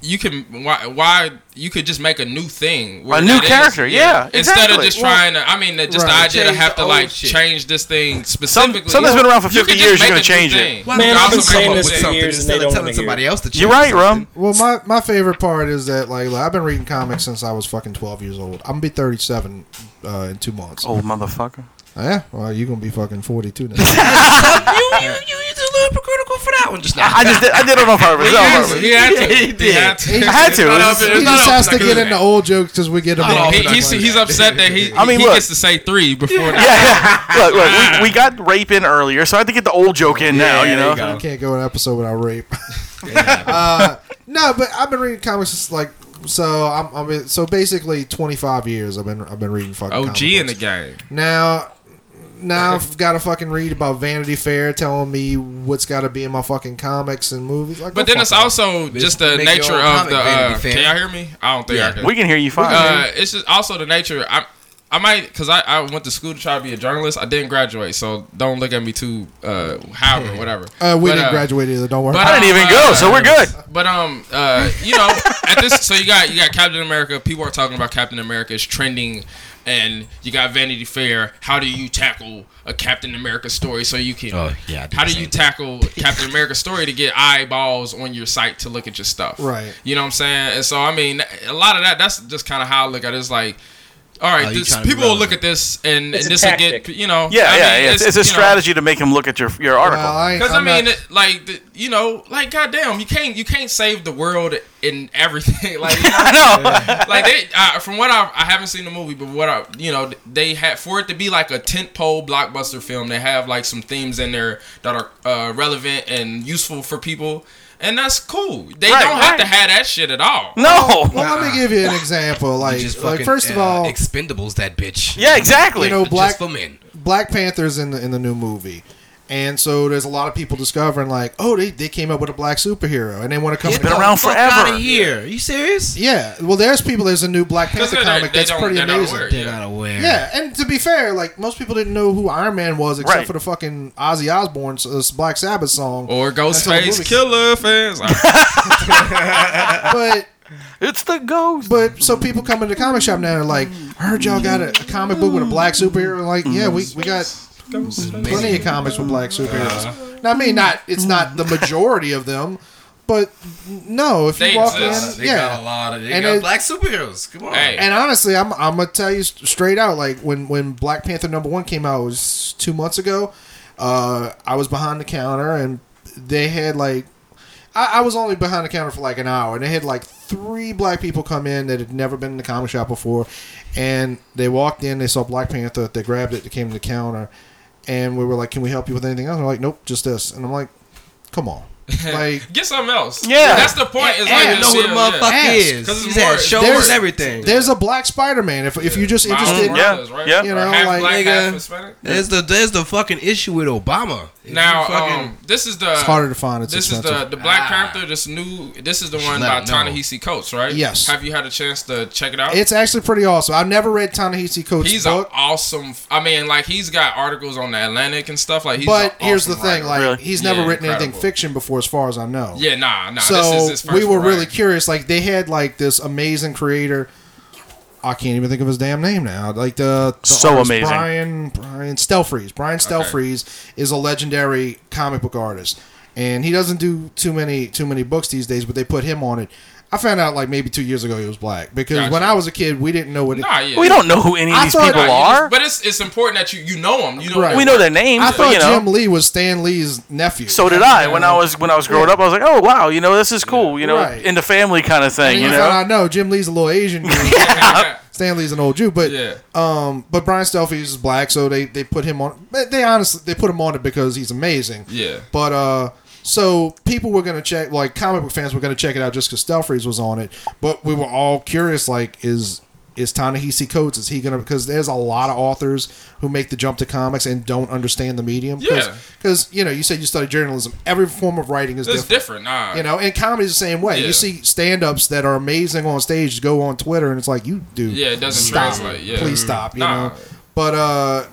you can why why you could just make a new thing, where A new it is, character, yeah, Instead of exactly. just Well- trying to, I mean, that just Right. the idea to Change have the to like old shit. change this thing Some- specifically. something that's been around for You 50 could just years, make you're gonna a new change it. thing. Why Man, don't I've you been come saying up this with for something years and instead they of don't telling wanna somebody hear else to change You're right, Rum. Well, my, my favorite part is that like, like, I've been reading comics since I was fucking twelve years old. I'm gonna be thirty seven uh, in two months. Oh. Oh, Old motherfucker. Yeah, well, you're gonna be fucking forty two now. you, you, you, you just a little hypocritical for that one just now. I I just did, I did it on purpose. That was on purpose. He, he had to. He did. had to. He- I had to. It's not It's- open- he it's not just open has to like get that. into old jokes because we get them. all He, fucked he's, up. he's upset that he. I mean, he look. gets to say three before that. Yeah, yeah. Look, look, we, we got rape in earlier, so I had to get the old joke in now, you there know? you go. I can't go an episode without rape. uh, no, but I've been reading comics since, like so. I'm, I'm in- so basically 25 years. I've been I've been reading fucking OG comic in the books. game. now. Now I've got to fucking read about Vanity Fair telling me what's got to be in my fucking comics and movies. Like, But then go fuck it's off. also just the make your nature own of comic, the. Vanity Uh, Fair. can y'all hear me? I don't think I Yeah. can. We can hear you fine. Uh, it's just also the nature. I I might because I, I went to school to try to be a journalist. I didn't graduate, so don't look at me too uh, how or whatever. Uh, we But, didn't graduate either. Don't worry. but uh, I didn't even go, so we're good. But um, uh, you know, at this, so you got you got Captain America. People are talking about Captain America is trending, and you got Vanity Fair. How do you tackle a Captain America story so you can? Oh, yeah, I did how the do same you thing. tackle Captain America story to get eyeballs on your site to look at your stuff? Right. You know what I'm saying? And so I mean, a lot of that. That's just kind of how I look at it. It's like. All right, Oh, you this, trying to be people will relevant. look at this and, It's and a this will get tactic. you know. yeah, I yeah, mean, yeah. It's, it's a you know, strategy to make him look at your your article. Well, I ain't- because I I'm not- mean, it- like the, you know, like goddamn, you can't you can't save the world in everything. like you know, like they uh, from what I I haven't seen the movie, but what I you know they had for it to be like a tentpole blockbuster film, they have like some themes in there that are uh, relevant and useful for people, and that's cool. They Right, don't have to right. have that shit at all. no. well, let me give you an example. Like, Just fucking, like first of uh, all, Expendables that bitch. Yeah, exactly. you know, Just Black for men. Black Panther's in the in the new movie. And so there's a lot of people discovering like, oh, they, they came up with a black superhero and they want to come been up- around Out forever. of here. you serious? Yeah. Well there's people there's a new Black Panther Because they- comic they that's don't- pretty they're not amazing. aware. They're Yeah. not aware. Yeah, and to be fair, like most people didn't know who Iron Man was except Right. for the fucking Ozzy Osbourne's uh, Black Sabbath song. Or That's Ghostface a Killer fans. But it's the ghost. but so people come into the comic shop now and like, I heard y'all got a, a comic book with a black superhero. Like, yeah, we, we got plenty of comics with black superheroes. now, I mean, not it's not the majority of them, but no, if They you walk exist. in, They yeah, got a lot of. They And got it- black superheroes. Come on. Hey. And honestly, I'm I'm gonna tell you s- straight out, like when when Black Panther number one came out it was two months ago. Uh, I was behind the counter, and they had like I, I was only behind the counter for like an hour, and they had like three black people come in that had never been in the comic shop before, and they walked in, they saw Black Panther, they grabbed it, they came to the counter, and we were like, "Can we help you with anything else?" And they're like, "Nope, just this," and I'm like, "Come on." Like Get something else. Yeah. that's the point. Is I don't like know who the yeah, motherfucker Ask, is. 'cause it's He's more- had shows there's- and everything. There's a black Spider-Man. If, if you're just Miles interested, Yeah. Morales, right? yeah. Or You know, half like- black, half Nigga. Hispanic. There's the there's the fucking issue with Obama. If you Now, fucking- um, this is the it's harder to find. It's this expensive. is the the Black Ah. Panther. This new. This is the one let by it know. Ta-Nehisi Coates, right? Yes. Have you had a chance to check it out? It's actually pretty awesome. I've never read Ta-Nehisi Coates' he's an book, awesome. f- I mean, like he's got articles on the Atlantic and stuff. Like, he's an but here's the awesome thing: writer. like Really? he's never Yeah, written anything incredible. fiction before, as far as I know. yeah, nah, nah. So this is his first we were one, really right? curious. Like they had like this amazing creator. I can't even think of his damn name now. Like the, the So artist amazing. Brian Brian Stelfreeze. Brian Stelfreeze is a legendary comic book artist, and he doesn't do too many too many books these days. But they put him on it. I found out like maybe two years ago he was black because when Gotcha. I was a kid we didn't know what. it- Nah, yeah. we don't know who any of I these thought- people Nah, you just- are. But it's it's important that you you know him. You know. Right. we know their names, I but thought you know. Jim Lee was Stan Lee's nephew. so did I when I was when I was growing up. I was like, oh wow, you know, this is cool. You know, Right. in the family kind of thing. And You you found know, out, no, Jim Lee's a little Asian dude. Stan Lee's an old Jew, but Yeah. um, but Brian Stelfreeze is black, so they they put him on. but They honestly they put him on it because he's amazing. Yeah. But uh, so people were gonna check, like comic book fans were gonna check it out just because Stelfreeze was on it. But we were all curious, like, is is Ta-Nehisi Coates? Is he gonna? Because there's a lot of authors who make the jump to comics and don't understand the medium. Yeah. Because you know, you said you study journalism. Every form of writing is It's different. different. Nah. You know, and comedy's the same way. Yeah. You see stand-ups that are amazing on stage go on Twitter, and it's like, you dude, Yeah, it doesn't stop. translate, yeah. please stop. You Nah. know, but uh,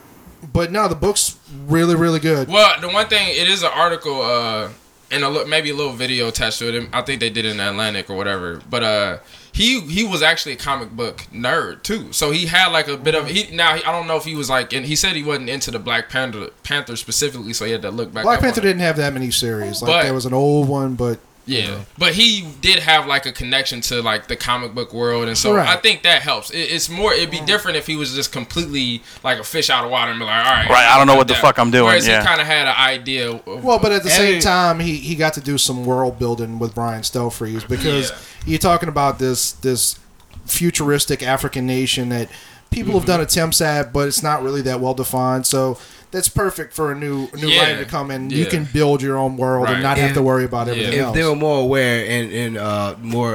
but no, the book's really, really good. Well, the one thing it is an article, uh, and a li- maybe a little video attached to it. I think they did it in Atlantic or whatever. But uh, he he was actually a comic book nerd too, so he had like a bit of he. Now I don't know if he was like, and he said he wasn't into the Black Panther Panther specifically, so he had to look back. Black up on Panther it. didn't have that many series. Like But- there was an old one, but Yeah, but he did have like a connection to like the comic book world, and so Right. I think that helps. It, it's more. It'd be different if he was just completely like a fish out of water and be like, all right, Right, I don't know what the yeah." fuck I'm doing, Whereas yeah. he kind of had an idea. Of, Well, but at the Every- same time, he, he got to do some world building with Brian Stelfreeze because Yeah. you're talking about this this futuristic African nation that people have done attempts at, but it's not really that well defined. So that's perfect for a new a new Yeah. writer to come in. You Yeah. can build your own world Right. and not have to worry about everything If if else. they were more aware and and uh, more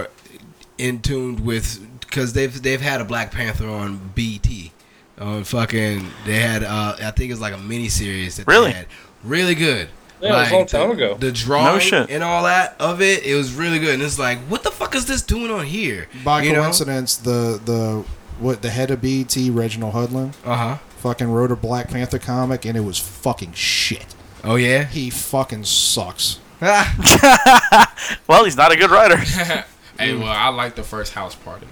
in tuned with because they've they've had a Black Panther on E BT on fucking they had uh, I think it's like a mini series that Really? they had. really good. Yeah, it was a long time the, ago. The drawing No shit. and all that of it, it was really good. And it's like, what the fuck is this doing on here? By You know? coincidence, the the what the head of BET, Reginald Hudlin, Uh huh. fucking wrote a Black Panther comic, and it was fucking shit. Oh yeah. He fucking sucks. Well, he's not a good writer. Mm. Hey, well, I like the first house party.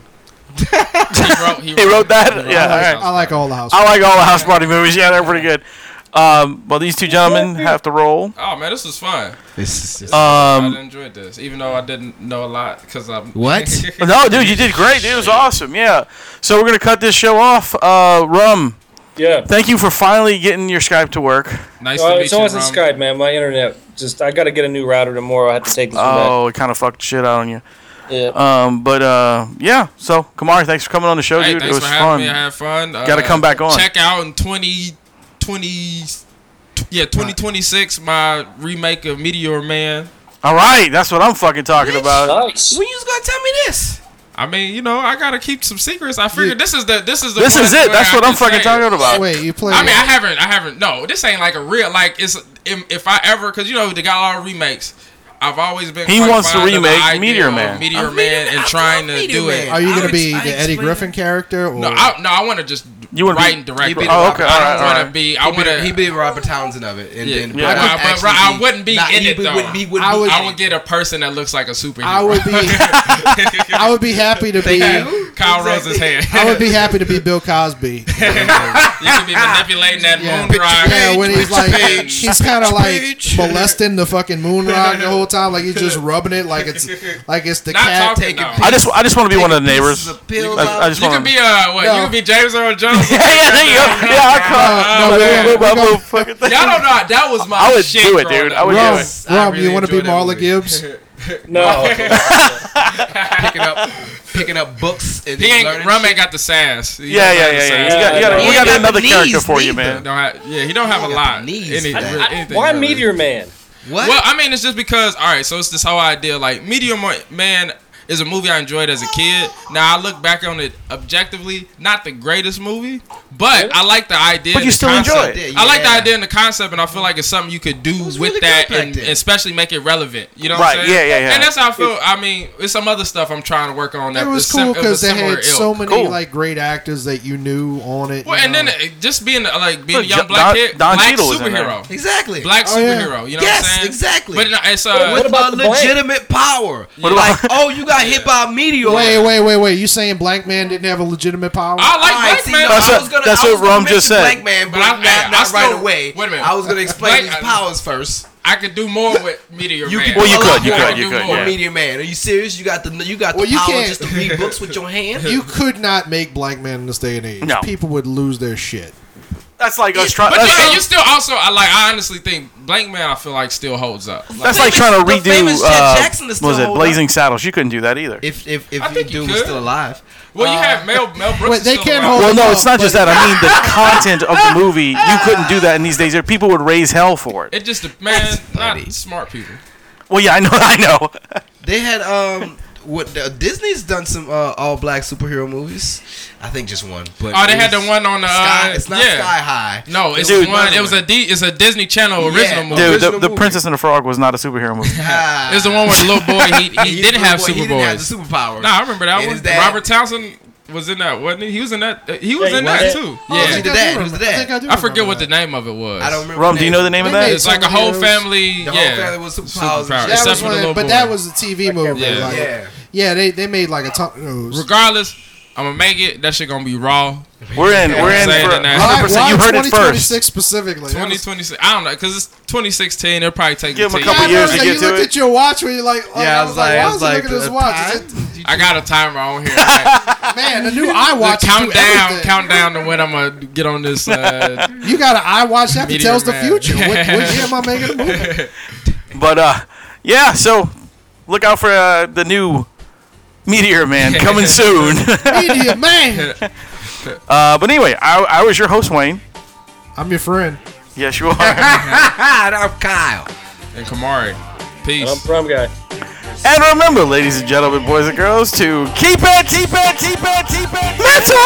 he, wrote, He wrote that? Yeah, House all right. Party. I like all the house. I like all the house party movies. Yeah, they're pretty good. Um, well, these two gentlemen have to roll. Oh man, this was fun. This is- Um, I enjoyed this, even though I didn't know a lot because I'm what? no, dude, you did great. Dude, it was awesome. Yeah. So we're gonna cut this show off. Uh, Rum, Yeah. thank you for finally getting your Skype to work. nice Well, to meet it's you. always in Rom. Skype, man. My internet just I got to get a new router tomorrow. I have to take this one Oh, it kind of fucked the shit out on you. back. Yeah. Um, but uh, yeah. So Kamari, thanks for coming on the show, Hey, dude. It thanks was for having fun. me. I had fun. Uh, Gotta come back on. Check out in 2020, tw- yeah, 2026, my remake of Meteor Man. All right, that's what I'm fucking talking about. nice. when you was gonna tell me this? I mean, you know, I gotta keep some secrets. I figured this is the this is the This one is it. where That's I what can I'm fucking say- talking about. Wait, you play? I mean, I haven't, I haven't. No, this ain't like a real like. It's if if I ever because you know they got a lot of remakes. I've always been. He quite wants to fond of the remake idea Meteor of Man. Meteor A Man, Meteor- I and love trying to Meteor do Man. it. Are you I going to would- be I the Eddie explain- Griffin character? Or? No, I, no, I want to just You wanna be- write and direct. He'd be it. the Oh, okay, I don't alright, want alright. to be. I want to. He be Robert Townsend of it, and Yeah. then Yeah. I But- would actually but I wouldn't be not- in he it, would- though. would be- would I be would- in I it. would get a person that looks like a superhero. I would be. I would be happy to be. I Kyle Rose's hand. would be happy to be Bill Cosby. you could be manipulating that Yeah. moon rock. Yeah, when he's like, page, he's kind of like page. molesting the fucking moon rock the whole time, like he's just rubbing it, like it's like it's the Not cat. talking. taking- No. I just, I just want to be one of the Pieces neighbors. of pills I, out I just you want could be uh, what? No. You could be James Earl Jones. yeah, yeah, there you go. Yeah, Uh, no, I we're- will we're come. gonna- Y'all don't know that was my. I would shit do it, growing dude. up. I would do Rob, it. I Rob, really you want to be enjoyed that Marla movie. Gibbs? No. picking up picking up books and He then ain't learning Rum shit. ain't got the sass. He Yeah, don't yeah, have the yeah, yeah. sass. You got, you got, we Yeah, got yeah, another but character knees for you, neither. man. Don't have, yeah, he don't have a lot. knees, Any- man. really- anything Why really. Meteor Man? What? Well, I mean, it's just because. All right, so it's this whole idea. Like, Meteor Mo- Man is a movie I enjoyed as a kid. Now I look back on it objectively, not the greatest movie, but I like the idea. But and you the still enjoy concept. it. I like the Yeah. idea and the concept, and I feel like it's something you could do with really that, good back and then. especially make it relevant. You know, what Right, I'm saying? yeah, yeah, yeah. And that's how I feel. I mean, it's some other stuff I'm trying to work on. That It was is sim- cool of a because they similar had so ilk. many Cool. like great actors that you knew on it. Well, you and know. then uh, just being uh, like being Look, a young Don- black kid, Don black Cheadle was in there. superhero, exactly. black Oh, yeah. superhero. You know what I'm yes, saying? exactly. But no, it's uh, what about about the blank? legitimate power? What like, about- oh, you got hit by a meteor. Wait, wait, wait, wait! You saying Black Man didn't have a legitimate power? I like All right, black see, man. no, That's I what- was gonna, I that's was what gonna Rum just mention said. Black man, but, But I- not, I- I not right still- away. wait a minute. uh, I was gonna explain Black- his powers first. I could do more with Meteor Man. Well, do you a could, lot you more could, than do you could, more yeah. Meteor man, are you serious? You got the you got the Well, you power can't- just to read books with your hand. You could not make Black Man in this day and age. No. People would lose their shit. That's like us trying. But That's, yeah, you still also I like. I honestly think Blank Man. I feel like still holds up. Like, that's like trying to The famous redo. Chet Uh, Jackson is what was still it holding Blazing Saddles? You couldn't do that either. If if I if you think do you was could. still alive, well, you Uh, have Mel Mel Brooks. wait, is they still can't around. hold- Well, no, no, it's not but- just that. I mean, the content of the movie, you couldn't do that in these days. There, people would raise hell for it. It just man, funny. not smart people. Well, yeah, I know, I know. they had um what uh, Disney's done some uh, all black superhero movies. I think just one. But Oh, they it had the was one on the. Sky, uh, it's not yeah. Sky High. No, it's Dude. one. It was a D. It's a Disney Channel original Yeah. movie. Dude, the, original the movie. Princess and the Frog was not a superhero movie. Ah. It was the one where the little boy he, he, He's didn't the have boy- Super He Boys. didn't have the superpower. No, I remember that And one. his dad- Robert Townsend was in that, wasn't he? He was in that. uh, He was Yeah, in he was that in- too. Oh, Yeah, he think did I that, do it was remember- that. think do I forget remember what the that. name of it was. I don't remember. Rum, do you know the name of They that? made It's like a Somebody whole knows. family. The yeah, whole family was superpowers. Superpowers. and That shit. Except was for one the of- little but boy. that was a TV movie. Yeah. Like, Yeah. yeah, they, they made like a uh, top nose. regardless. I'm gonna make it. That shit gonna be raw. We're in. Yeah, We're I'm in saying for it now. 100%. You heard it first. 2026 specifically. That was- 2026. I don't know, cause it's 2016. They'll probably take Give 'em a 10 couple Yeah, I years noticed to that get you to looked it. at your watch when you're like, oh, Yeah, I was like, I was why like, is he looking at his uh, watch? Is it- I got a timer on here. Like, man, the new iWatch the count countdown, down. countdown to when I'm gonna get on this. Uh, You got an iWatch that Meteor tells the Man. future. What, what year am I making a movie? But uh, yeah. So look out for uh, the new Meteor Man coming soon. Media man. uh, but anyway, I, I was your host Wayne. I'm your friend. Yes, you are. God, I'm Kyle. and Kamari, peace. I'm prom guy. And remember, ladies and gentlemen, boys and girls, to keep it, keep it, keep it, keep it metal.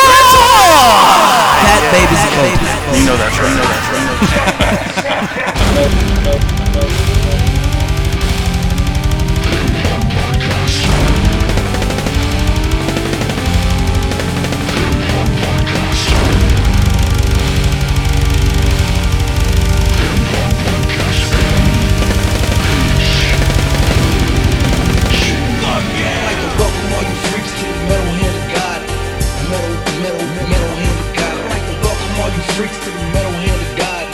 That baby's You know that's right. You know that's right. I'd like to welcome all you freaks to the metal hand of God. Metal, metal, metal hand of God. I'd like to welcome all you freaks to the metal hand of God.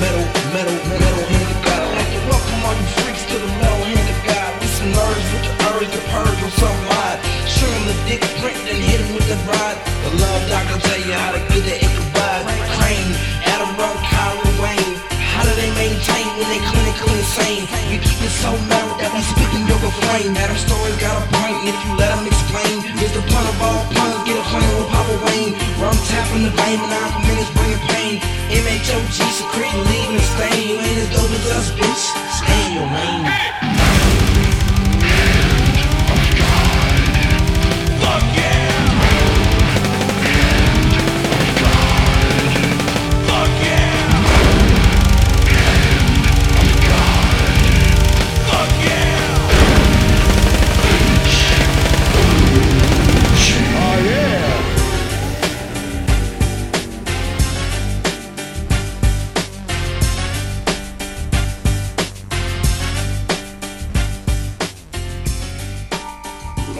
Metal, metal, metal hand of God. I'd like to welcome all you freaks to the metal hand of God. We some nerds with the urge to purge on some mind. Show 'em the dick print and hit 'em with the rod. The love doctor tell you how to get the Ichabod. Crane, Adam Rowe, Kyron Wayne. How do they maintain when they clinically insane? You keep it so mellow that we speaking your refrain. Adam Story's got a point, and if you let him explain, it's the pun of all puns. Get a plan with Papa Wayne. Rum tapping the vein, and I'm minutes bringing pain. MHOG secreting, leaving a stain. You ain't as dope as us, bitch. Stay in your lane.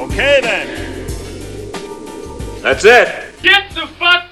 Okay then. That's it. Get the fuck